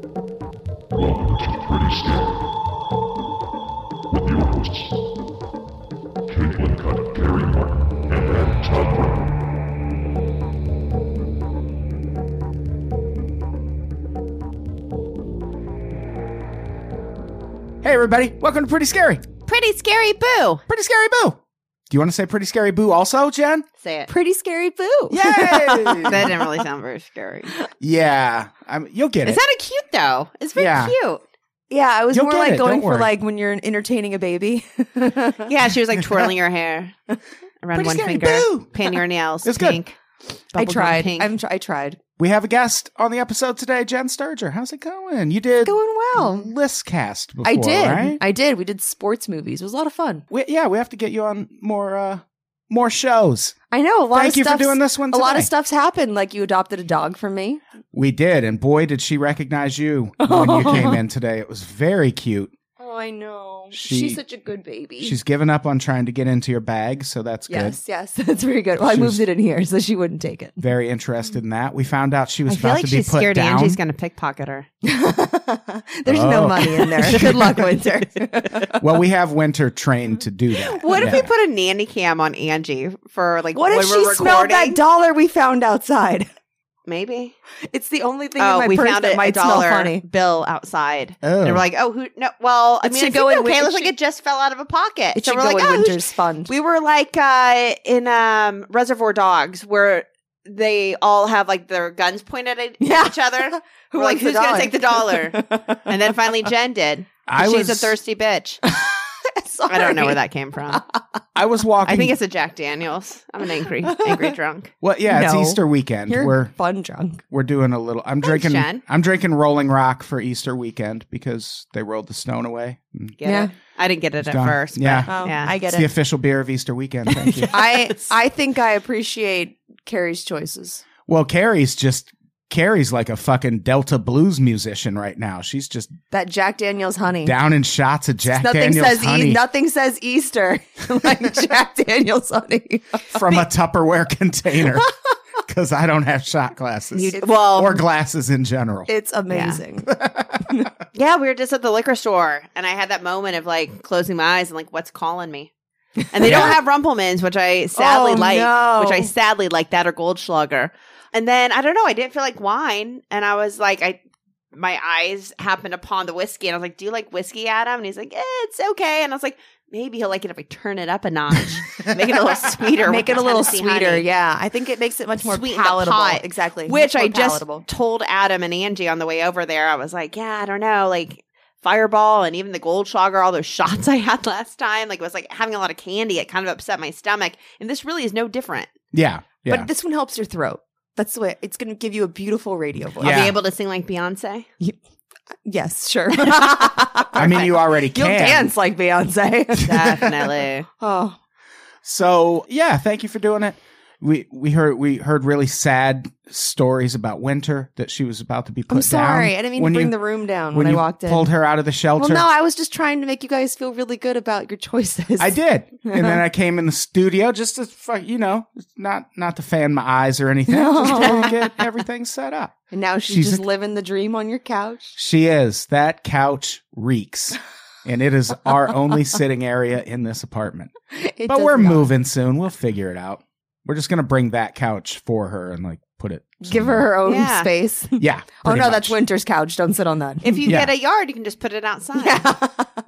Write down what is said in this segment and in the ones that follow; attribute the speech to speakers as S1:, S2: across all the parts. S1: Welcome to Pretty Scary with your hosts, Caitlin Cutt, Gary Martin, and Adam Todd Brown.
S2: Hey, everybody. Welcome to Pretty Scary.
S3: Pretty scary boo.
S2: Pretty Scary Boo. Do you want to say Pretty Scary Boo also, Jen?
S3: Say it.
S4: Pretty scary boo.
S2: Yay!
S3: That didn't really sound very scary. It
S2: Yeah, I'm, you'll get it.
S3: sounded cute though. It's very
S2: Yeah.
S3: cute.
S4: Yeah, I was
S2: You'll
S4: more
S2: get
S4: like
S2: it, don't
S4: going for
S2: worry.
S4: like when you're entertaining a baby. yeah.
S3: Yeah, she was like twirling her hair around
S2: Pretty
S3: one
S2: scary
S3: finger,
S2: boo.
S3: painting her nails
S2: It's good.
S3: pink.
S4: I
S3: bubblegum
S4: tried.
S3: Pink.
S4: I'm tr- I tried.
S2: we have a guest on the episode today, Jen Sturger. How's it going? You did
S4: It's going well.
S2: list cast before,
S4: I did.
S2: right?
S4: I did. We did sports movies. It was a lot of fun.
S2: we, yeah, we have to get you on more uh more shows.
S4: I know a lot
S2: Thank
S4: of
S2: you for
S4: stuff's-
S2: doing this one.
S4: A lot of
S2: today.
S4: stuff's happened. Like you adopted a dog from me.
S2: We did, and boy, did she recognize you when you came in today. It was very cute.
S4: Oh, I know.
S2: She- She's such
S4: a good baby.
S2: She's given up on trying to get into your bag, so that's good.
S4: yes, yes. That's very good. Well, I
S2: She was-
S4: moved it in here so she wouldn't take it.
S2: Very interested in that. We found out she was
S3: I feel
S2: about
S3: like
S2: to be
S3: she's
S2: put
S3: scared
S2: down.
S3: Angie's going to pickpocket her.
S4: There's
S2: Oh.
S4: no money in there. Good luck, Winter.
S2: well, we have Winter trained to do that.
S3: What if
S2: Yeah.
S3: we put a nanny cam on Angie for like
S4: what
S3: when
S4: if she
S3: we're
S4: smelled
S3: recording?
S4: that dollar we found outside?
S3: Maybe.
S4: It's the only thing
S3: oh,
S4: in my
S3: we
S4: purse
S3: found
S4: that
S3: it a
S4: might smell
S3: dollar
S4: funny.
S3: bill outside,
S2: Oh.
S3: and we're like, "Oh, who? No, well, I
S4: It
S3: mean,
S4: should
S3: it's
S4: go in
S3: okay.
S4: with-
S3: It
S4: it
S3: looks like
S4: should-
S3: it just fell out of a pocket."
S4: It
S3: so
S4: should
S3: we're
S4: go
S3: like,
S4: in
S3: "Oh, who
S4: Winter's fund.
S3: We were like uh, in um, Reservoir Dogs, where they all have like their guns pointed at
S4: Yeah.
S3: each other, we're like,
S4: wants
S3: "Who's
S4: the
S3: gonna
S4: dollar?"
S3: take the dollar? and then finally Jen did.
S2: I
S3: She's
S2: was
S3: a thirsty bitch.
S4: Sorry.
S3: I don't know where that came from.
S2: I was walking.
S3: I think it's a Jack Daniels. I'm an angry, angry drunk.
S2: well, yeah, it's
S4: No.
S2: Easter weekend.
S4: You're
S2: We're
S4: fun drunk.
S2: We're doing a little. I'm drinking.
S3: Jen.
S2: I'm drinking Rolling Rock for Easter weekend because they rolled the stone away. Mm.
S3: Get
S4: Yeah.
S3: it? I didn't get it at
S2: Done.
S3: first. but-
S2: Yeah.
S4: Oh,
S3: Yeah.
S4: I get
S2: It's the
S4: it.
S2: official beer of Easter weekend. Thank you.
S4: I I think I appreciate Carrie's choices.
S2: Well, Carrie's just Carrie's like a fucking Delta blues musician right now. She's just
S4: That Jack Daniels honey.
S2: down in shots of Jack
S4: nothing
S2: Daniel's
S4: says
S2: honey
S4: E- nothing says Easter like Jack Daniels honey.
S2: from a Tupperware container because I don't have shot glasses
S3: You- well,
S2: or glasses in general.
S4: It's amazing.
S3: yeah, we were just at the liquor store, and I had that moment of like closing my eyes and like, what's calling me? And they don't have Rumplemans, which I sadly
S4: Oh,
S3: like,
S4: no.
S3: which I sadly like that or Goldschlager. And then I don't know, I didn't feel like wine, and I was like, I my eyes happened upon the whiskey, and I was like, "Do you like whiskey, Adam?" And he's like, eh, "It's okay." And I was like, "Maybe he'll like it if I turn it up a notch, make it a little sweeter,
S4: Make
S3: with
S4: it a little
S3: Tennessee
S4: sweeter.
S3: honey."
S4: Yeah, I think it makes it much more
S3: Sweeten the
S4: palatable.
S3: pot,
S4: exactly,
S3: which
S4: Much more
S3: I just
S4: palatable.
S3: told Adam and Angie on the way over there. I was like, yeah, I don't know, like Fireball and even the Goldschlager, all those shots I had last time, like it was like having a lot of candy. It kind of upset my stomach, and this really is no different.
S2: yeah, yeah.
S4: But this one helps your throat. That's the way it's going to give you a beautiful radio voice.
S2: Yeah.
S3: I'll be able to sing like Beyonce.
S4: Yes, sure.
S2: I mean, you already
S4: You'll
S2: can
S4: dance like Beyonce.
S3: Definitely.
S4: oh,
S2: So yeah, thank you for doing it. we we heard we heard really sad stories about Winter that she was about to be put
S4: I'm sorry.
S2: down.
S4: I didn't mean
S2: When
S4: to bring
S2: you-
S4: the room down
S2: when
S4: when,
S2: you
S4: I walked in.
S2: pulled her out of the shelter.
S4: well, no, I was just trying to make you guys feel really good about your choices.
S2: I did, and then I came in the studio just to fu- you know not not to fan my eyes or anything, just
S4: No.
S2: to get everything set up.
S4: And now she's,
S2: She's
S4: just
S2: a-
S4: living the dream on your couch.
S2: She is that couch reeks, and it is our only sitting area in this apartment.
S4: It
S2: but
S4: does
S2: we're
S4: not.
S2: moving soon. We'll figure it out. We're just gonna bring that couch for her and like put it.
S4: Give her
S2: somewhere.
S4: her own
S3: Yeah.
S4: space.
S2: Yeah.
S4: oh
S2: pretty
S4: no, that's
S2: much.
S4: Winter's couch. Don't sit on that.
S3: If you
S2: Yeah.
S3: get a yard, you can just put it outside.
S4: yeah. that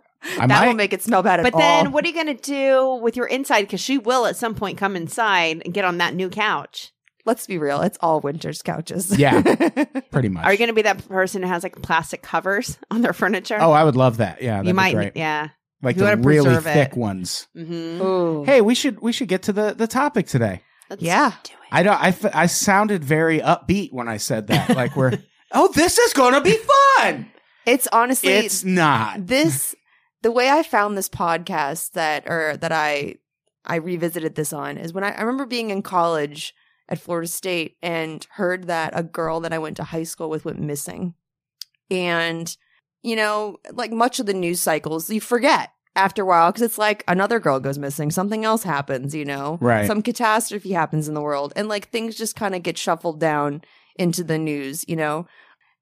S2: might.
S4: won't make it smell bad at
S3: But
S4: all.
S3: then what are you going to do with your inside? Because she will at some point come inside and get on that new couch.
S4: let's be real, it's all Winter's couches.
S2: Yeah. pretty much.
S3: Are you going to be that person who has like plastic covers on their furniture?
S2: Oh, I would love that. Yeah, that'd
S3: you
S2: be
S3: might.
S2: great.
S3: Yeah.
S2: Like
S3: You
S2: the
S3: gotta
S2: really
S3: preserve
S2: thick
S3: it.
S2: ones.
S3: Mm-hmm.
S4: Ooh.
S2: Hey, we should we should get to the the topic today.
S4: Yeah.
S3: Do it.
S2: I don't. I, f- I sounded very upbeat when I said that. Like we're. oh, this is gonna be fun.
S4: It's honestly
S2: It's not.
S4: this the way I found this podcast that or that I I revisited this on is when I, I remember being in college at Florida State and heard that a girl that I went to high school with went missing. And you know, like much of the news cycles, you forget after a while because it's like another girl goes missing, something else happens, you know,
S2: Right.
S4: Some catastrophe happens in the world, and like things just kind of get shuffled down into the news, you know.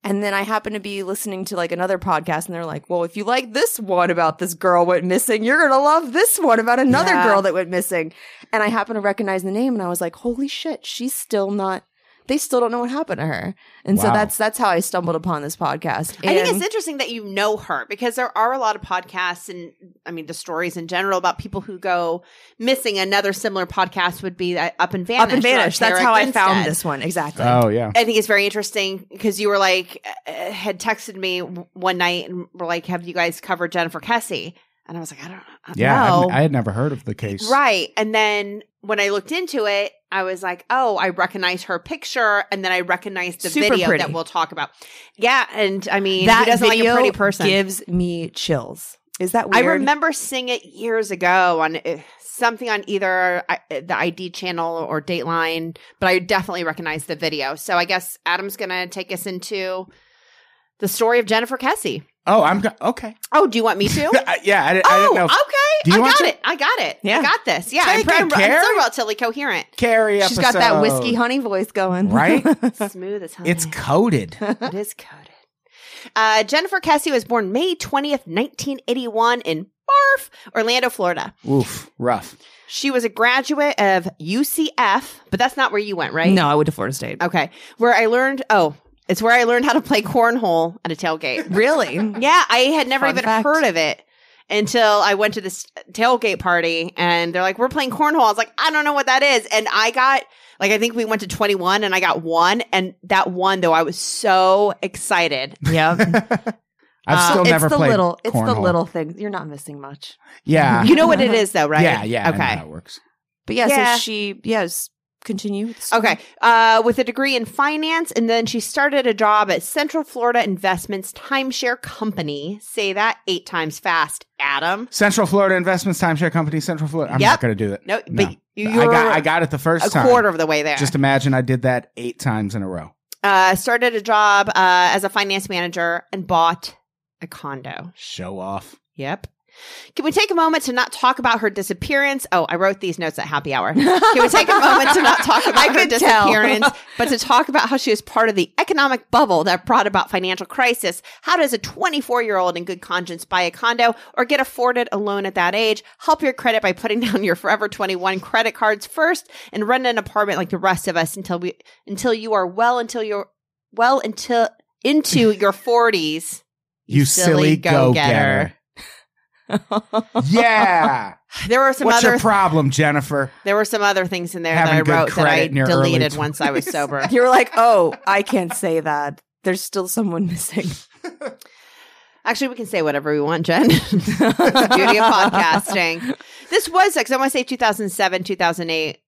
S4: And then I happened to be listening to like another podcast, and they're like, "Well, if you like this one about this girl went missing, you're gonna love this one about another
S3: Yeah.
S4: girl that went missing." And I happened to recognize the name, and I was like, "Holy shit, she's still not." They still don't know what happened to her, and so
S2: Wow.
S4: that's that's how I stumbled upon this podcast.
S3: I think
S4: And-
S3: it's interesting that you know her because there are a lot of podcasts and I mean the stories in general about people who go missing. Another similar podcast would be uh, Up and Vanish.
S4: up and vanish.
S3: about
S4: That's
S3: Tara
S4: how I
S3: Grinstead.
S4: found this one exactly.
S2: oh yeah.
S3: I think it's very interesting because you were like, uh, had texted me w- one night and were like, "Have you guys covered Jennifer Kessie?" And I was like, "I don't, I don't
S2: Yeah.
S3: know."
S2: I, I had never heard of the case.
S3: Right. And then when I looked into it, I was like, oh, I recognize her picture. And then I recognize the
S4: Super
S3: video
S4: pretty.
S3: that we'll talk about. Yeah. And I mean, that doesn't like a pretty person.
S4: gives me chills. Is that
S3: I
S4: weird?
S3: remember seeing it years ago on uh, something on either uh, the ID channel or Dateline, but I definitely recognize the video. So I guess Adam's going to take us into the story of Jennifer Kessie.
S2: Oh, I'm go- okay.
S3: Oh, do you want me to?
S2: yeah. I, di- I
S3: Oh,
S2: didn't know. if- Do you
S3: okay. I
S2: want
S3: got
S2: to?
S3: it. I got it.
S4: Yeah.
S3: I got this. Yeah. I'm,
S2: Take
S3: pre-
S2: it,
S3: I'm still
S2: Carrie.
S3: relatively coherent.
S2: Carrie
S4: She's got that whiskey
S2: episode.
S4: honey voice going,
S2: Right?
S3: Smooth as honey.
S2: It's coded.
S3: It is coded. Uh, Jennifer Cassie was born May 20th, 1981 in Barf, Orlando, Florida.
S2: Oof. Rough.
S3: She was a graduate of UCF, but that's not where you went, right?
S4: No, I went to Florida State.
S3: Okay. Where I learned, oh, it's where I learned how to play cornhole at a tailgate.
S4: Really?
S3: yeah, I had never
S4: Fun
S3: even
S4: fact.
S3: heard of it until I went to this tailgate party and they're like, we're playing cornhole. I was like, I don't know what that is. And I got, like, I think we went to 21 and I got one. And that one, though, I was so excited.
S4: yeah.
S2: I've
S3: Uh,
S2: still
S4: it's
S2: never
S4: the
S2: played
S4: little. It's the
S2: cornhole.
S4: little things. You're not missing much.
S2: Yeah.
S3: You know what it is, though, right?
S2: Ah. Yeah. Yeah. I know how
S3: Okay.
S2: it works.
S4: But yeah,
S3: Yeah.
S4: so she yes. Continue. with the story.
S3: Okay. Uh, with a degree in finance, and then she started a job at Central Florida Investments Timeshare Company. Say that eight times fast, Adam.
S2: Central Florida Investments Timeshare Company, Central Florida. I'm
S3: Yep.
S2: not going to do it.
S3: No,
S2: No.
S3: but you're
S2: I got, I got it the first
S3: a
S2: time.
S3: quarter of the way there.
S2: Just imagine I did that eight times in a row.
S3: uh, started a job uh, as a finance manager and bought a condo.
S2: Show off.
S3: Yep. Can we take a moment to not talk about her disappearance? Oh, I wrote these notes at happy hour. Can we take a moment to not talk
S4: I
S3: about her
S4: could tell.
S3: disappearance, but to talk about how she was part of the economic bubble that brought about financial crisis? How does a 24 year old in good conscience buy a condo or get afforded a loan at that age? Help your credit by putting down your Forever 21 credit cards first and rent an apartment like the rest of us until we until you are well until you're well until into your 40s.
S2: You, silly, go getter. yeah.
S3: There were some
S2: What's
S3: other
S2: your problem, Jennifer?
S3: There were some other things in there
S2: Having
S3: that
S2: good
S3: I wrote that I
S2: credit in your early
S3: deleted once I was sober.
S4: You were like, oh, I can't say that. There's still someone missing.
S3: Actually, we can say whatever we want, Jen. It's the Beauty of podcasting. This was like, 'cause I want to say 2007, 2008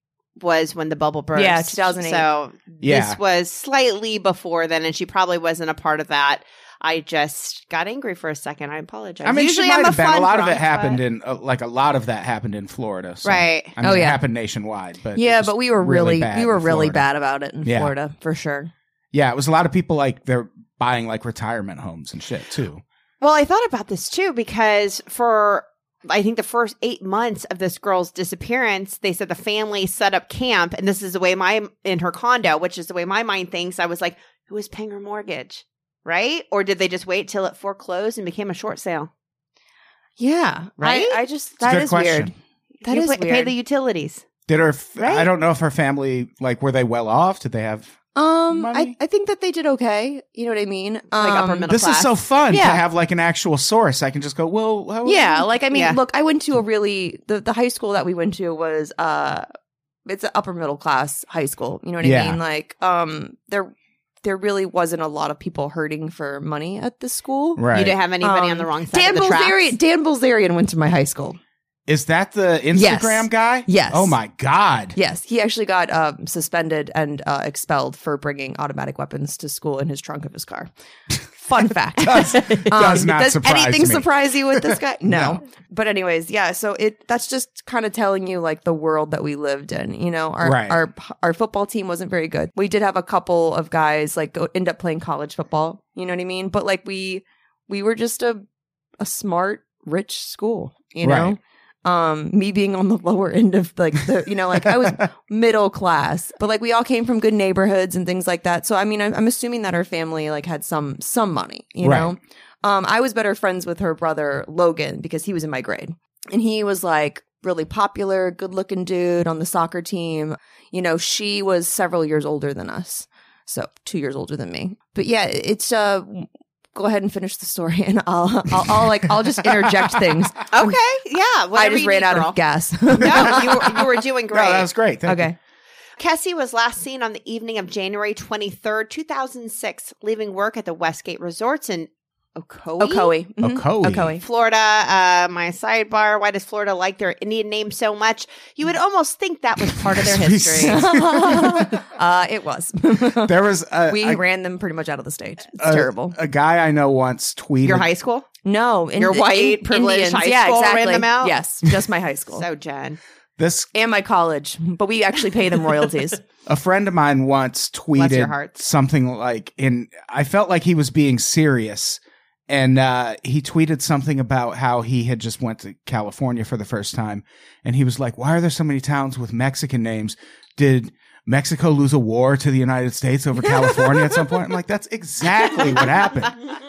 S3: was when the bubble burst.
S4: Yeah, 2008.
S3: So
S2: Yeah.
S3: this was slightly before then, and she probably wasn't a part of that. I just got angry for a second. I apologize.
S2: I mean,
S3: Usually
S2: she might
S3: I'm
S2: have
S3: a
S2: been.
S3: fun
S2: A lot of
S3: drunk,
S2: it happened
S3: but-
S2: in, uh, like, a lot of that happened in Florida. So.
S3: right.
S2: I mean,
S4: Oh,
S2: it
S4: yeah.
S2: happened nationwide, but it
S4: yeah,
S2: was
S4: but we were really,
S2: bad
S4: we were
S2: in
S4: really
S2: Florida.
S4: bad about it in
S2: Yeah.
S4: Florida for sure.
S2: Yeah, it was a lot of people like they're buying like retirement homes and shit too.
S3: Well, I thought about this too because for I think the first eight months of this girl's disappearance, they said the family set up camp, and this is the way my in her condo, which is the way my mind thinks. I was like, who was paying her mortgage, right? Or did they just wait till it foreclosed and became a short sale?
S4: Yeah,
S3: Right?
S4: I, I just
S2: a
S4: that
S2: good
S4: is
S2: question.
S4: weird. That
S3: you
S4: is
S3: pay, pay
S4: weird.
S3: the utilities.
S2: Did her? F-
S3: Right?
S2: I don't know if her family like were they well off? Did they have?
S4: um, I,
S2: money?
S4: I think that they did okay. You know what I mean?
S3: upper
S4: Um,
S3: middle-
S2: This is so
S3: class.
S2: fun to
S4: Yeah.
S2: have like an actual source. I can just go. Well, how
S4: Yeah, like I mean,
S3: Yeah.
S4: look, I went
S2: Mm.
S4: to a really the the high school that we went to was uh it's an upper middle class high school. You know what
S2: Yeah.
S4: I mean? Like um there there really wasn't a lot of people hurting for money at the school.
S2: right.
S3: You didn't have anybody on
S4: Um,
S3: the wrong side
S4: Dan
S3: of the tracks.
S4: Bilzerian, Dan Bilzerian went to my high school.
S2: is that the Instagram
S4: Yes.
S2: guy?
S4: Yes.
S2: Oh my god.
S4: Yes, he actually got um, suspended and uh, expelled for bringing automatic weapons to school in his trunk of his car. Fun fact.
S2: Does- does not surprise
S4: Um, anything
S2: me.
S4: surprise you with this guy? No.
S2: No.
S4: But anyways, yeah. So it that's just kind of telling you like the world that we lived in. You know, our
S2: Right.
S4: our our football team wasn't very good. We did have a couple of guys like go, end up playing college football. You know what I mean? But like we we were just a a smart rich school. You know.
S2: Right.
S4: Um, me being on the lower end of like the, you know, like I was middle class but like we all came from good neighborhoods and things like that so i mean i'm, I'm assuming that her family like had some some money you
S2: Right.
S4: know um i was better friends with her brother logan because he was in my grade and he was like really popular good looking dude on the soccer team you know she was several years older than us so two years older than me but yeah it's uh go ahead and finish the story and i'll i'll, I'll like i'll just interject things
S3: Okay, yeah.
S4: i
S3: whatever
S4: just
S3: you
S4: ran
S3: need,
S4: out
S3: girl.
S4: of gas
S3: no, you were, you were doing
S2: No,
S3: great.
S2: that was great. Thank you.
S4: okay
S3: Kessie was last seen on the evening of January 23rd, 2006, leaving work at the Westgate Resorts in Ocoee,
S4: okoe Mhm.
S2: Ocoee.
S3: Florida. Uh, my sidebar, why does Florida like their Indian name so much? You would almost think that was part of their history.
S4: uh, it was.
S2: There was a,
S4: we
S2: a,
S4: ran them pretty much out of the state. It's
S2: a-
S4: terrible.
S2: A guy I know once tweeted.
S3: Your high school?
S4: No, in,
S3: Your white,
S4: in-
S3: privileged
S4: Indians.
S3: high
S4: yeah,
S3: school ran
S4: exactly.
S3: them out?
S4: Yes, just my high school
S3: So, Jen.
S2: this
S4: and my college. But we actually pay them royalties.
S2: A friend of mine once
S3: your
S2: tweeted
S3: heart.
S2: something like, and I felt like he was being serious. And uh, he tweeted something about how he had just went to California for the first time, and he was like, "Why are there so many towns with Mexican names? Did Mexico lose a war to the United States over California at some point?" I'm like, "That's exactly what happened.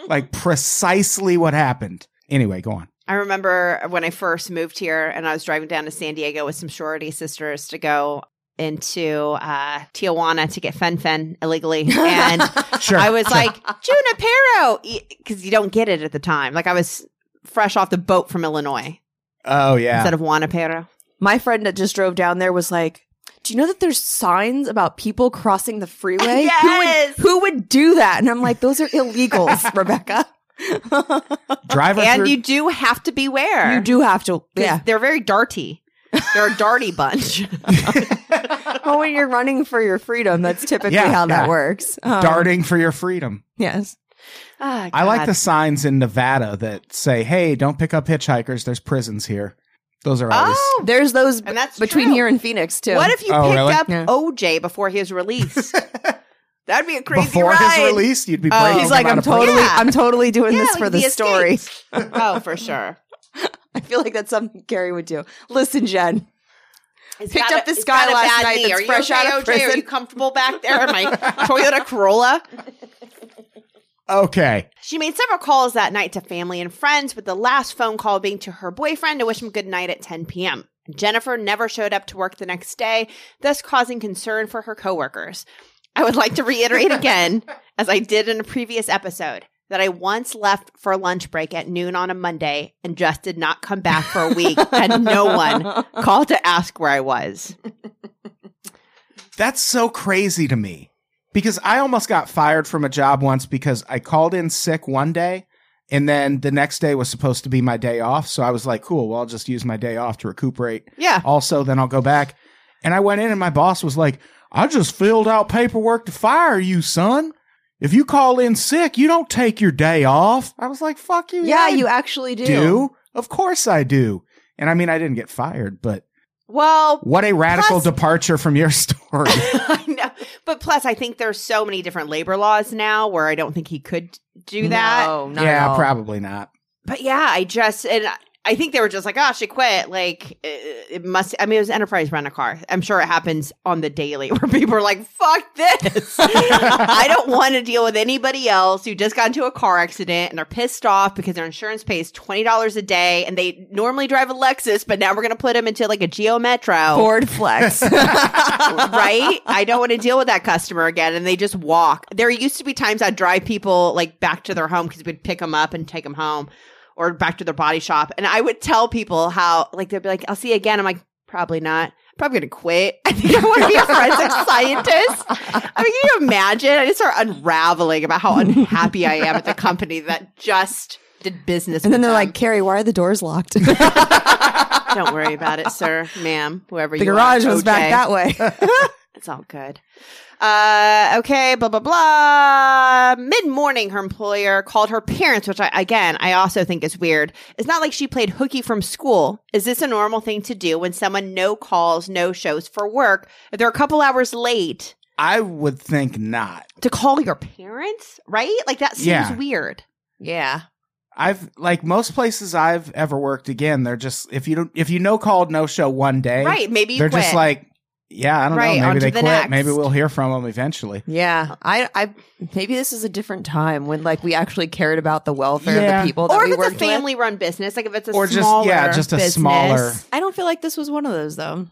S2: Like precisely what happened." Anyway, go on.
S3: I remember when I first moved here and I was driving down to San Diego with some sorority sisters to go into uh, Tijuana to get Fen Fen illegally. And
S2: Sure,
S3: I was like, Junipero, because you don't get it at the time. Like I was fresh off the boat from Illinois
S2: Oh yeah,
S3: instead of Juanapero.
S4: my friend that just drove down there was like, "Do you know that there's signs about people crossing the freeway?
S3: Yes.
S4: Who would who would do that?" And I'm like, "Those are illegals, Rebecca.
S2: driver
S3: And
S2: through-
S3: you do have to beware.
S4: you do have to,
S3: 'Cause
S4: yeah."
S3: They're very darty. They're a darty bunch.
S4: Well, when you're running for your freedom, that's typically
S2: Yeah,
S4: how
S2: yeah.
S4: that works. Um,
S2: darting for your freedom.
S4: Yes.
S3: Ah,
S2: I like
S3: God.
S2: the signs in Nevada that say, "Hey, don't pick up hitchhikers. There's prisons here." Those are always
S3: Oh,
S4: There's those
S3: And that's
S4: between
S3: true.
S4: here and Phoenix too.
S3: What if you
S2: Oh,
S3: picked
S2: really?
S3: up
S4: Yeah.
S3: OJ before he was released? That'd be a crazy
S2: before
S3: ride.
S2: his release, you'd be
S3: Oh.
S2: breaking
S4: he's like,
S2: him out
S4: I'm
S2: of prison."
S4: totally,
S3: Yeah.
S4: I'm totally doing
S3: Yeah,
S4: this
S3: like
S4: for the,
S3: the
S4: story.
S3: oh, for sure.
S4: I feel like that's something Gary would do. Listen, Jen,
S3: It's
S4: Picked
S3: got
S4: up this
S3: it's
S4: guy
S3: got a
S4: last
S3: bad
S4: night
S3: knee.
S4: that's
S3: Are you
S4: fresh
S3: okay,
S4: out of
S3: OJ? Are
S4: prison?
S3: you comfortable back there in my Toyota Corolla?
S2: Okay,
S3: She made several calls that night to family and friends, with the last phone call being to her boyfriend to wish him good night at 10 p.m. Jennifer never showed up to work the next day, thus causing concern for her coworkers. I would like to reiterate again, as I did in a previous episode, that I once left for lunch break at noon on a Monday and just did not come back for a week, and no one called to ask where I was.
S2: that's so crazy to me because I almost got fired from a job once because I called in sick one day, and then the next day was supposed to be my day off. So I was like, "Cool, well, I'll just use my day off to recuperate."
S3: Yeah.
S2: Also, then I'll go back, and I went in, and my boss was like, "I just filled out paperwork to fire you, son." if you call in sick, you don't take your day off. I was like, fuck you.
S4: Yeah,
S2: I
S4: you actually do.
S2: do. Of course I do. And I mean, I didn't get fired, but
S3: Well,
S2: what a radical
S3: Plus-
S2: departure from your story.
S3: I know. But plus, I think there's so many different labor laws now where I don't think he could do that.
S4: No, not at
S2: yeah,
S4: all.
S2: probably not.
S3: But yeah, I just, and I- I think they were just like, oh, she quit. Like, it, it must, I mean, it was enterprise rent a car. I'm sure it happens on the daily where people are like, fuck this. I don't want to deal with anybody else who just got into a car accident and are pissed off because their insurance pays $20 a day and they normally drive a Lexus, but now we're going to put them into like a Geo Metro.
S4: Ford flex.
S3: right? I don't want to deal with that customer again. And they just walk. There used to be times I'd drive people like back to their home because we'd pick them up and take them home or back to their body shop. And I would tell people how, like, they'd be like, I'll see you again. I'm like, probably not. I'm Probably gonna quit. I think I want to be a forensic scientist. I mean, can you imagine? I just start unraveling about how unhappy I am at the company that just did business.
S4: and then
S3: with
S4: they're
S3: them.
S4: like, Carrie, why are the doors locked? the
S3: "Don't worry about it, sir, ma'am, whoever you
S4: garage
S3: are,
S4: was back
S3: OJ."
S4: that way.
S3: It's all good. Uh, okay, blah, blah, blah. Mid morning, her employer called her parents, which I, again, I also think is weird. It's not like she played hooky from school. Is this a normal thing to do when someone no calls, no shows for work? If they're a couple hours late
S2: I would think not.
S3: to call your parents, right? Like that seems
S2: Yeah.
S3: weird.
S4: yeah.
S2: I've like most places I've ever worked again, they're just if you don't if you no called no show one day,
S3: Right. Maybe you
S2: they're
S3: quit.
S2: just like, yeah, I don't
S3: Right,
S2: know,
S3: on
S2: maybe
S3: to
S2: they
S3: the
S2: quit, maybe
S3: next.
S2: we'll hear from them eventually.
S4: Yeah. I I maybe this is a different time when like we actually cared about the welfare of
S2: Yeah.
S4: the people that
S3: or
S4: we
S3: if it's
S4: worked
S3: a
S4: with.
S3: family run business, like if it's a
S2: Or just-
S3: smaller
S2: yeah, just a
S3: business.
S2: smaller-
S4: I don't feel like this was one of those though.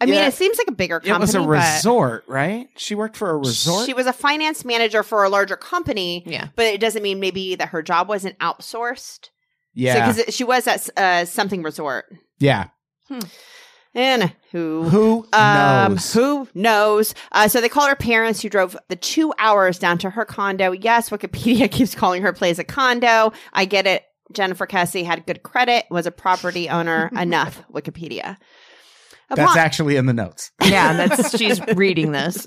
S3: I mean,
S2: Yeah.
S3: it seems like a bigger company.
S2: it was a
S3: but-
S2: resort, right? She worked for a resort.
S3: She was a finance manager for a larger company,
S4: Yeah.
S3: but it doesn't mean maybe that her job wasn't outsourced.
S2: yeah,
S3: because she was at uh, something resort.
S2: yeah.
S3: And who?
S2: Who
S3: Um,
S2: knows?
S3: who knows? Uh, so they called her parents, who drove the two hours down to her condo. Yes, Wikipedia keeps calling her place a condo. I get it. Jennifer Kessie had good credit, was a property owner. Enough, Wikipedia.
S2: That's actually in the notes.
S4: Yeah, that's she's reading this.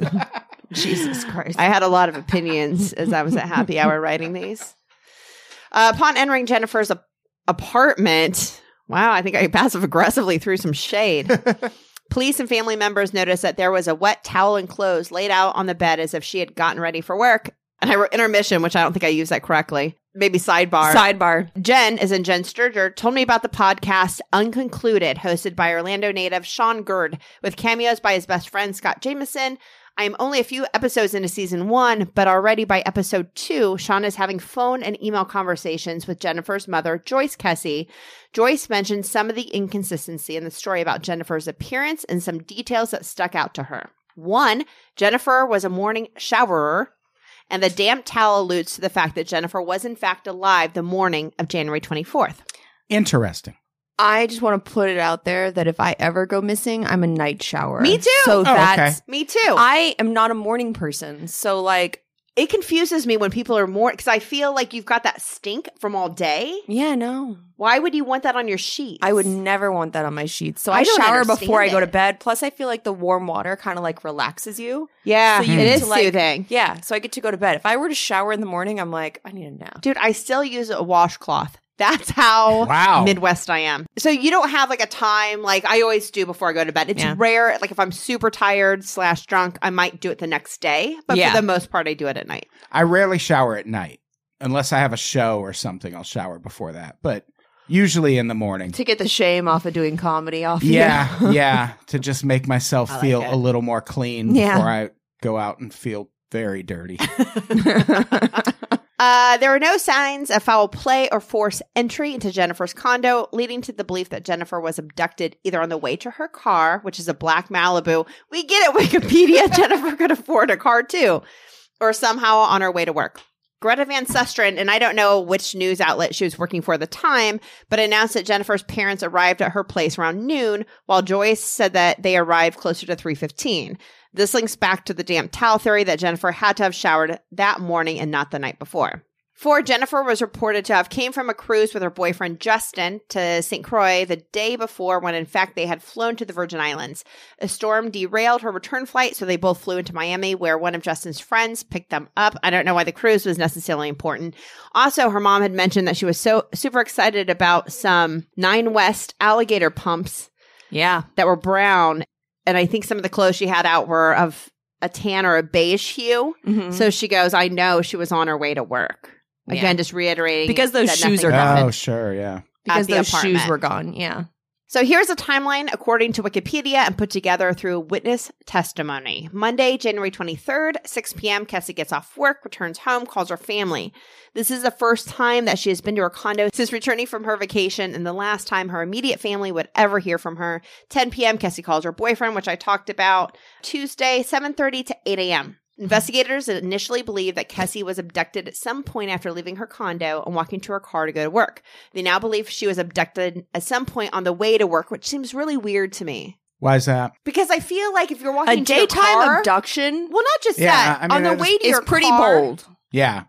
S4: Jesus Christ.
S3: I had a lot of opinions as I was at happy hour writing these. Uh, upon entering Jennifer's ap- apartment, wow, I think I passive aggressively threw some shade. Police and family members noticed that there was a wet towel and clothes laid out on the bed as if she had gotten ready for work. And I wrote intermission, which I don't think I used that correctly. Maybe sidebar.
S4: Sidebar.
S3: Jen, as in Jen Sturger, told me about the podcast Unconcluded, hosted by Orlando native Sean Gerd, with cameos by his best friend Scott Jameson. I am only a few episodes into season one, but already by episode two, Sean is having phone and email conversations with Jennifer's mother, Joyce Kessie. Joyce mentioned some of the inconsistency in the story about Jennifer's appearance and some details that stuck out to her. One, Jennifer was a morning showerer, and the damp towel alludes to the fact that Jennifer was in fact alive the morning of January 24th.
S2: Interesting.
S4: I just want to put it out there that if I ever go missing, I'm a night shower.
S3: Me too.
S4: So
S2: Oh,
S4: that's
S3: Me too.
S4: I am not a morning person. So like,
S3: Uh, it confuses me when people are more because I feel like you've got that stink from all day.
S4: yeah, no.
S3: Why would you want that on your sheets?
S4: I would never want that on my sheets. So
S3: I
S4: I,
S3: don't
S4: shower before I
S3: understand
S4: go to
S3: it.
S4: bed. Plus I feel like the warm water kind of like relaxes you.
S3: Yeah,
S4: So
S2: you
S3: it
S2: need
S3: is
S4: to, like-
S3: soothing.
S4: Yeah, so I get to go to bed. If I were to shower in the morning, I'm like, I need a nap.
S3: Dude, I still use a washcloth. That's how
S2: Wow.
S3: Midwest I am. So you don't have like a time like I always do before I go to bed. It's
S4: Yeah.
S3: rare. Like if I'm super tired slash drunk, I might do it the next day. But
S4: Yeah.
S3: for the most part, I do it at night.
S2: I rarely shower at night unless I have a show or something. I'll shower before that, but usually in the morning.
S4: To get the shame off of doing comedy off. you.
S2: Yeah, yeah. To just make myself
S3: I like
S2: feel
S3: it.
S2: a little more clean
S4: Yeah.
S2: before I go out and feel very dirty.
S3: Uh, there were no signs of foul play or forced entry into Jennifer's condo, leading to the belief that Jennifer was abducted either on the way to her car, which is a black Malibu. We get it, Wikipedia. Jennifer could afford a car too, or somehow on her way to work. Greta Van Susteren, and I don't know which news outlet she was working for at the time, but announced that Jennifer's parents arrived at her place around noon, while Joyce said that they arrived closer to 315. This links back to the damp towel theory that Jennifer had to have showered that morning and not the night before. Four, Jennifer was reported to have came from a cruise with her boyfriend Justin to St. Croix the day before when in fact they had flown to the Virgin Islands. A storm derailed her return flight, so they both flew into Miami where one of Justin's friends picked them up. I don't know why the cruise was necessarily important. Also, her mom had mentioned that she was so super excited about some Nine West alligator pumps
S4: Yeah.
S3: that were brown. And I think some of the clothes she had out were of a tan or a beige hue. So she goes, I know she was on her way to work.
S4: Mm-hmm. Yeah.
S3: Again, just reiterating
S4: Because those
S3: that
S4: shoes
S3: nothing
S4: are
S3: happened.
S4: gone.
S2: Oh, sure, yeah.
S4: because
S3: at the
S4: those shoes
S3: apartment.
S4: were gone. Yeah.
S3: So here's a timeline according to Wikipedia and put together through witness testimony. Monday, January 23rd, 6 p.m., Cassie gets off work, returns home, calls her family. This is the first time that she has been to her condo since returning from her vacation and the last time her immediate family would ever hear from her. 10 p.m., Cassie calls her boyfriend, which I talked about. Tuesday, 7.30 to 8 a.m. Investigators initially believed that Kessie was abducted at some point after leaving her condo and walking to her car to go to work. They now believe she was abducted at some point on the way to work, which seems really weird to me.
S2: Why is that?
S3: Because I feel like if you're
S4: A
S3: walking to your
S4: daytime
S3: car-
S4: abduction
S3: well, not just
S2: Yeah,
S3: that,
S2: I mean,
S3: on the
S2: that is-
S3: way to
S4: is
S3: your
S4: pretty
S3: car-
S4: bold.
S2: Yeah,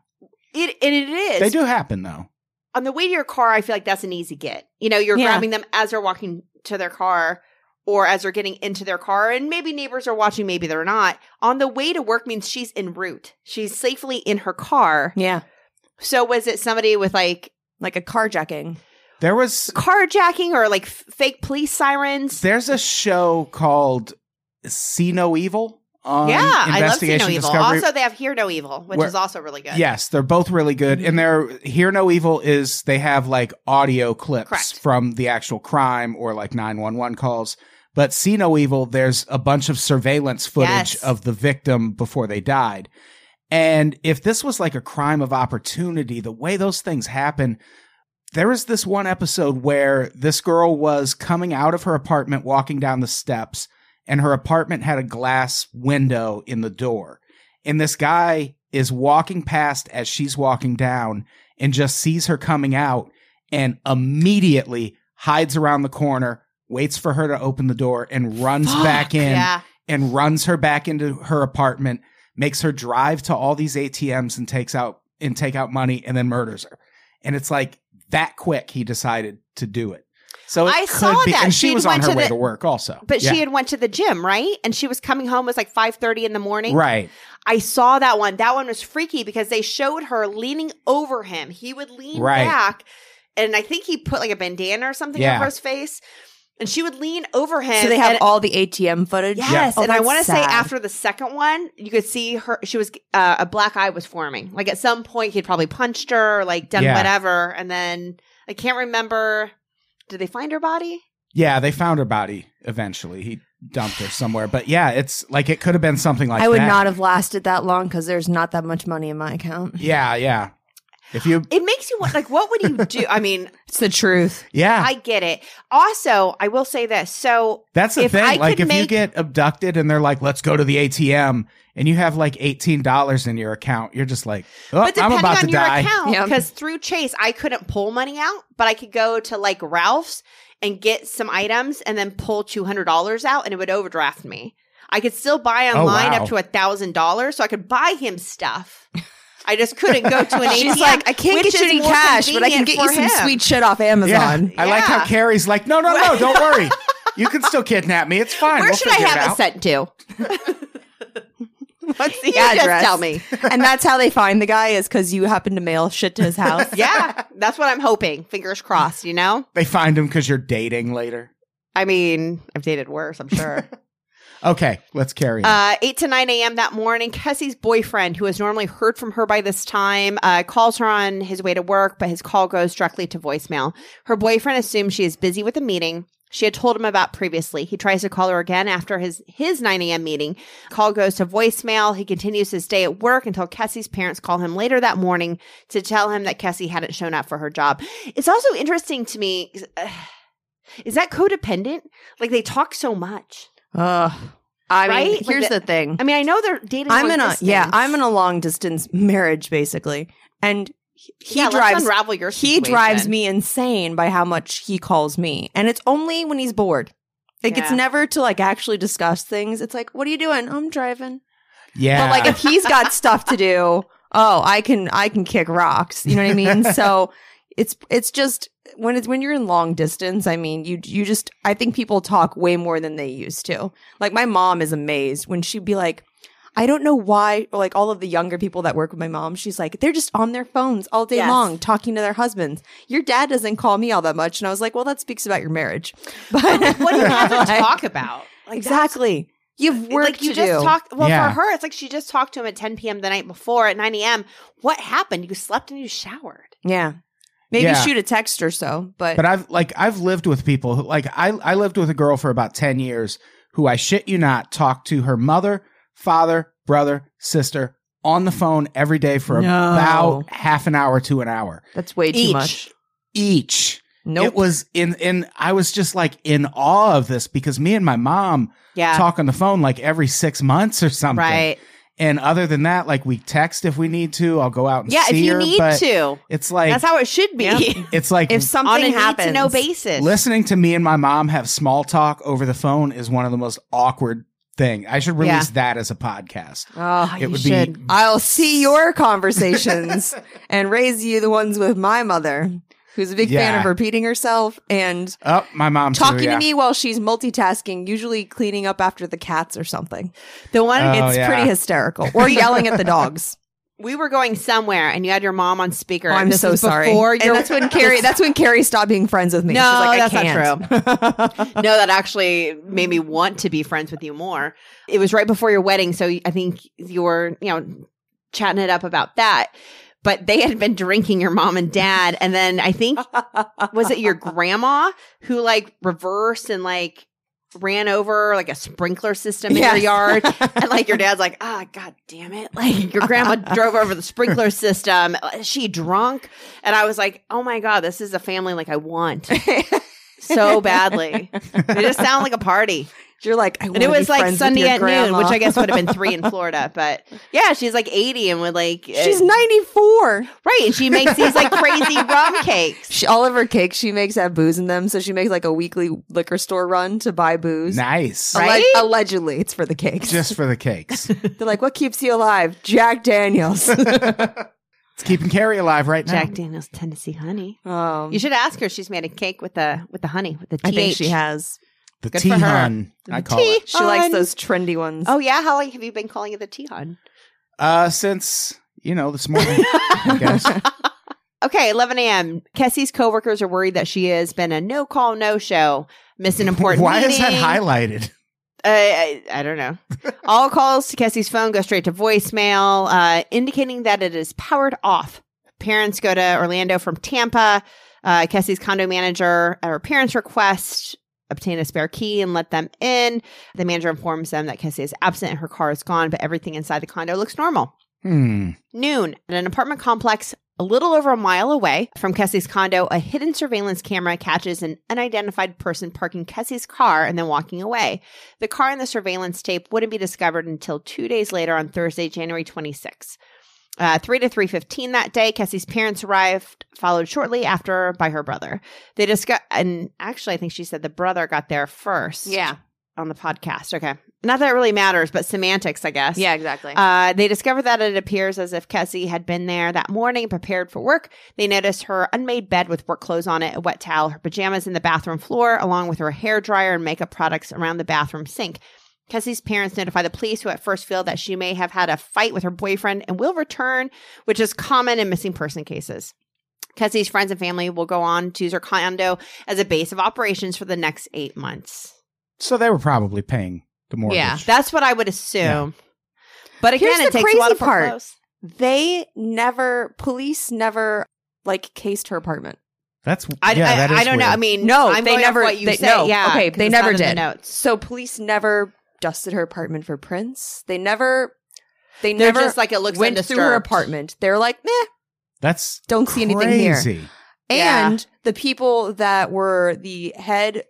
S3: It, and it is.
S2: they do happen though.
S3: On the way to your car, I feel like that's an easy get. You know, you're
S4: Yeah.
S3: grabbing them as they're walking to their car or as they're getting into their car, and maybe neighbors are watching, maybe they're not. On the way to work means she's en route. She's safely in her car.
S4: Yeah.
S3: So was it somebody with like
S4: Like a carjacking.
S2: There was
S3: carjacking or like f- fake police sirens?
S2: there's a show called See No Evil on
S3: yeah, I love See
S2: Investigation
S3: No Evil.
S2: Discovery.
S3: Also, they have Hear No Evil, which
S2: Where-
S3: is also really good.
S2: Yes, they're both really good. And they're Hear No Evil is they have like audio clips
S3: Correct.
S2: from the actual crime or like 911 calls. But See No Evil, there's a bunch of surveillance footage
S3: Yes.
S2: of the victim before they died. And if this was like a crime of opportunity, the way those things happen, there was this one episode where this girl was coming out of her apartment, walking down the steps, and her apartment had a glass window in the door. And this guy is walking past as she's walking down and just sees her coming out and immediately hides around the corner, waits for her to open the door, and runs
S4: Fuck,
S2: back in
S3: Yeah.
S2: and runs her back into her apartment, makes her drive to all these ATMs and takes out and take out money and then murders her. And it's like that quick he decided to do it. So it
S3: I
S2: could
S3: saw
S2: be,
S3: that.
S2: and she
S3: She'd
S2: was on
S3: went
S2: her
S3: to
S2: way
S3: the-
S2: to work also.
S3: But
S2: Yeah.
S3: she had went to the gym, right? And she was coming home it was like 5:30 in the morning.
S2: right.
S3: I saw that one. That one was freaky because they showed her leaning over him. He would lean
S2: Right.
S3: back, and I think he put like a bandana or something
S2: Yeah.
S3: over his face, and she would lean over him.
S4: So they have
S3: and-
S4: all the ATM footage.
S3: Yes,
S4: Oh,
S3: and I
S4: that's
S3: want to say
S4: sad.
S3: after the second one, you could see her. She was uh, a black eye was forming. Like at some point, he'd probably punched her, or, like done
S2: Yeah.
S3: whatever, and then I can't remember. Did they find her body?
S2: Yeah, they found her body eventually. He dumped her somewhere. But yeah, it's like it could have been something like
S4: I would
S2: that.
S4: not have lasted that long because there's not that much money in my account.
S2: Yeah, yeah. If you
S3: It makes you want like, what would you do? I mean,
S4: It's the truth.
S2: Yeah.
S3: I get it. Also, I will say this. So
S2: That's the
S3: If
S2: thing.
S3: I
S2: like,
S3: could
S2: if you
S3: make-
S2: get abducted and they're like, "Let's go to the ATM," and you have like eighteen dollars in your account, you're just like, "Oh,
S3: but
S2: I'm
S3: depending
S2: about
S3: on
S2: to
S3: your
S2: die."
S3: account,
S4: Yep.
S3: because through Chase, I couldn't pull money out, but I could go to like Ralph's and get some items and then pull two hundred dollars out, and it would overdraft me. I could still buy
S2: Oh,
S3: online
S2: wow.
S3: up to a thousand dollars, so I could buy him stuff. I just couldn't go to an ATM.
S4: She's like, I can't
S3: which
S4: get you
S3: is
S4: any
S3: more
S4: cash, but I
S3: convenient
S4: can get you
S3: for
S4: some
S3: him.
S4: sweet shit off
S2: Yeah,
S4: Amazon.
S2: I like how
S3: Yeah.
S2: Carrie's like, "No, no, no, don't worry. You can still kidnap me. It's fine.
S3: Where
S2: we'll
S3: should I
S2: figure it
S3: have it,
S2: out."
S3: sent to? What's the
S4: You just
S3: address? tell
S4: tell me.
S3: me.
S4: and that's how they find the guy is because you happen to mail shit to his house.
S3: Yeah, that's what I'm hoping. Fingers crossed. You know.
S2: They find him because you're dating later.
S3: I mean, I've dated worse, I'm sure.
S2: Okay, let's carry on.
S3: uh, 8 to 9 a.m. that morning, Kessie's boyfriend, who has normally heard from her by this time, uh, calls her on his way to work, but his call goes directly to voicemail. Her boyfriend assumes she is busy with a meeting she had told him about previously. He tries to call her again after his, his 9 a.m. meeting. Call goes to voicemail. He continues his day at work until Kessie's parents call him later that morning to tell him that Kessie hadn't shown up for her job. It's also interesting to me. uh, Is that codependent? Like they talk so much.
S4: Ugh. I mean,
S3: Right? Like
S4: here's
S3: the-
S4: the thing.
S3: I mean, I know they're dating.
S4: I'm
S3: long
S4: in a
S3: distance.
S4: yeah, I'm in a long distance marriage basically, and he, he
S3: Yeah, let's
S4: drives
S3: unravel your.
S4: he drives
S3: situation.
S4: me insane by how much he calls me, and it's only when he's bored. Like it's
S3: Yeah.
S4: never to like actually discuss things. It's like, what are you doing? I'm driving.
S2: yeah,
S4: But like if he's got stuff to do, oh, I can I can kick rocks. You know what I mean? so it's it's just when it's when you're in long distance, I mean, you you just I think people talk way more than they used to. Like my mom is amazed when she'd be like I don't know why, or like all of the younger people that work with my mom, she's like, they're just on their phones all day
S3: Yes.
S4: long talking to their husbands. Your dad doesn't call me all that much. And I was like, well, that speaks about your marriage. But
S3: what do you have to
S4: like-
S3: talk about? Like, that's-
S4: exactly. You have work
S3: like you
S4: to
S3: just
S4: do.
S3: talked. Well,
S2: Yeah.
S3: for her, it's like she just talked to him at 10 p.m. the night before at 9 a.m. What happened? You slept and you showered.
S4: yeah. Maybe
S2: Yeah.
S4: shoot a text or so, but,
S2: But I've like I've lived with people who like I I lived with a girl for about 10 years who I shit you not talked to her mother, father, brother, sister on the phone every day for
S4: No.
S2: about half an hour to an hour
S4: that's way
S2: each.
S4: too much.
S2: each.
S4: Nope.
S2: It was in in I was just like in awe of this because me and my mom
S3: Yeah.
S2: talk on the phone like every 6 months or something.
S3: right.
S2: And other than that like we text if we need to. I'll go out and
S3: Yeah. If
S2: see
S3: you
S2: her,
S3: need
S2: but
S3: to,
S2: It's like
S3: that's how it should be.
S2: it's like
S4: if
S3: On a
S4: something
S3: need
S4: happens,
S3: to know basis.
S2: Listening to me and my mom have small talk over the phone is one of the most awkward thing. I should release that as a podcast.
S4: Oh,
S2: It
S4: you
S2: would be-
S4: should. I'll see your conversations and raise you the ones with my mother, who's a big fan
S2: Yeah.
S4: of repeating herself and
S2: Oh, my mom
S4: talking
S2: too, yeah.
S4: to me while she's multitasking, usually cleaning up after the cats or something.
S3: The one
S2: Uh, Oh,
S4: it's
S2: yeah.
S4: pretty hysterical. Or yelling at the dogs.
S3: we were going somewhere, and you had your mom on speaker.
S4: Oh,
S3: and
S4: I'm
S3: this
S4: so
S3: was
S4: sorry.
S3: Before
S4: And
S3: your-
S4: that's when Carrie. That's when Carrie stopped being friends with me.
S3: No,
S4: She's like,
S3: that's
S4: I
S3: not
S4: can't.
S3: no, that actually made me want to be friends with you more. It was right before your wedding, so I think you were, you know, chatting it up about that. But they had been drinking your mom and dad, and then I think was it your grandma who like reversed and like ran over like a sprinkler system in your
S4: Yes.
S3: yard and like your dad's like ah god damn it like your grandma drove over the sprinkler system Is she drunk and i was like oh my god this is a family like i want so badly it just sounded like a party
S4: You're like, I
S3: and it was like sunday at noon which i guess would have been three in florida but yeah she's like 80 and would like uh,
S4: She's 94.
S3: right and she makes these like crazy rum cakes
S4: She, all of her cakes she makes have booze in them, so she makes like a weekly liquor store run to buy booze.
S2: Nice.
S4: Alle-
S3: Right?
S4: allegedly, it's for the cakes.
S2: Just for the cakes. it's
S4: They're like, what keeps you alive? Jack Daniels.
S2: keeping Carrie alive right now.
S3: jack daniels tennessee honey
S4: um,
S3: You should ask her. if She's made a cake with the with the honey with the th.
S4: I think she has.
S2: The
S3: Good
S2: tea
S3: for her.
S2: hun, I call
S3: tea.
S2: it.
S4: She likes
S3: On-
S4: those trendy ones.
S3: Oh yeah, how long have you been calling it the tea hun?
S2: Uh, since you know this morning, I guess.
S3: Okay, 11 a.m. Kessie's coworkers are worried that she has been a no call, no show, missed an important
S2: Why is that
S3: meeting.
S2: highlighted?
S3: Uh, I, I don't know. All calls to Kessie's phone go straight to voicemail, uh, indicating that it is powered off. Parents go to Orlando from Tampa. Uh, Kessie's condo manager, at her parents' request, obtain a spare key and let them in. The manager informs them that Kessie is absent and her car is gone, but everything inside the condo looks normal.
S2: Hmm.
S3: Noon, at an apartment complex a little over a mile away from Kessie's condo, a hidden surveillance camera catches an unidentified person parking Kessie's car and then walking away. The car and the surveillance tape wouldn't be discovered until two days later on Thursday, January 26. Uh, 3 to 3.15 that day, Kessie's parents arrived, followed shortly after by her brother. They discuss, and actually I think she said the brother got there first
S4: yeah,
S3: on the podcast. Okay. Not that it really matters, but semantics, I guess.
S4: exactly.
S3: Uh, they discovered that it appears as if Kessie had been there that morning and prepared for work. They noticed her unmade bed with work clothes on it, a wet towel, her pajamas in the bathroom floor, along with her hair dryer and makeup products around the bathroom sink. Kessie's parents notify the police, who at first feel that she may have had a fight with her boyfriend and will return, which is common in missing person cases. Kessie's friends and family will go on to use her condo as a base of operations for the next eight months.
S2: So they were probably paying the mortgage.
S4: Yeah.
S3: That's what I would assume. But again,
S4: Here's
S3: it
S4: the
S3: takes
S4: crazy
S3: a lot of
S4: part.
S3: part.
S4: they never. Police never like cased her apartment.
S2: That's
S3: I,
S2: yeah.
S3: I,
S2: that is
S3: I don't know.
S2: weird.
S3: I mean,
S4: No,
S3: I'm
S4: they
S3: going off
S4: never-
S3: What you
S4: they-
S3: said,
S4: no,
S3: yeah.
S4: okay,
S3: 'cause
S4: they
S3: it's
S4: never
S3: not in the
S4: did.
S3: notes.
S4: So police never dusted her apartment for prints. They never. They
S3: They're
S4: never
S3: just like it looks
S4: went through her
S3: undisturbed.
S4: apartment. They're like, meh,
S2: that's
S4: don't see anything here.
S2: crazy.
S3: Yeah.
S4: And the people that were the head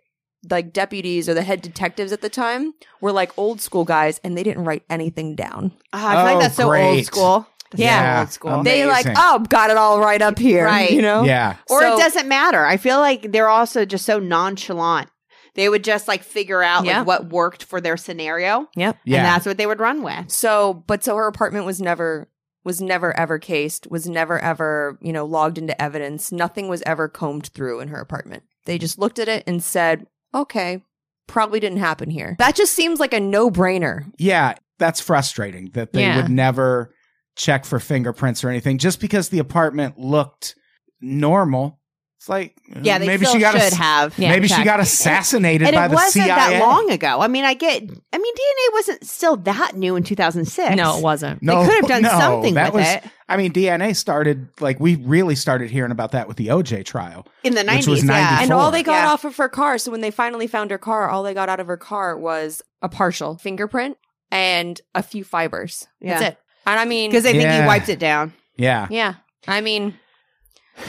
S4: like deputies or the head detectives at the time were like old school guys and they didn't write anything down.
S3: Ah, I feel
S2: Oh,
S3: like that's so old
S2: great.
S3: school. That's so
S2: Yeah.
S3: old school.
S2: Um,
S4: They like,
S2: Amazing.
S4: oh, got it all right up here.
S3: Right.
S4: You know?
S2: Yeah.
S3: or it
S4: So-
S3: doesn't matter. I feel like they're also just so nonchalant. They would just like figure out
S4: Yeah.
S3: like what worked for their scenario,
S4: Yep.
S2: Yeah.
S3: and that's what they would run with.
S4: So but so her apartment was never was never ever cased, was never ever, you know, logged into evidence. Nothing was ever combed through in her apartment. They just looked at it and said, okay, probably didn't happen here. That just seems like a no brainer.
S2: Yeah, that's frustrating that they
S4: Yeah.
S2: would never check for fingerprints or anything just because the apartment looked normal. It's like uh,
S3: Yeah, they
S2: maybe
S3: still
S2: she got
S3: should
S2: ass-
S3: have.
S2: maybe she
S5: exactly.
S2: got assassinated
S3: And
S2: by
S3: it
S2: the
S3: wasn't
S2: CIA.
S3: that long ago. I mean, I get. I mean, DNA wasn't still that new in 2006.
S5: No, it wasn't.
S2: No,
S3: they could have done
S2: no,
S3: something
S2: that
S3: with
S2: was,
S3: it
S2: I mean, DNA started like we really started hearing about that with the OJ trial.
S3: in the 90s.
S2: which was
S3: yeah,
S4: And
S2: Four.
S4: all they got
S3: Yeah.
S4: off of her car, so when they finally found her car, all they got out of her car was a partial fingerprint and a few fibers.
S3: Yeah.
S4: That's it. And I mean,
S3: because they think
S2: Yeah.
S3: he wiped it down.
S2: Yeah.
S4: yeah, I mean,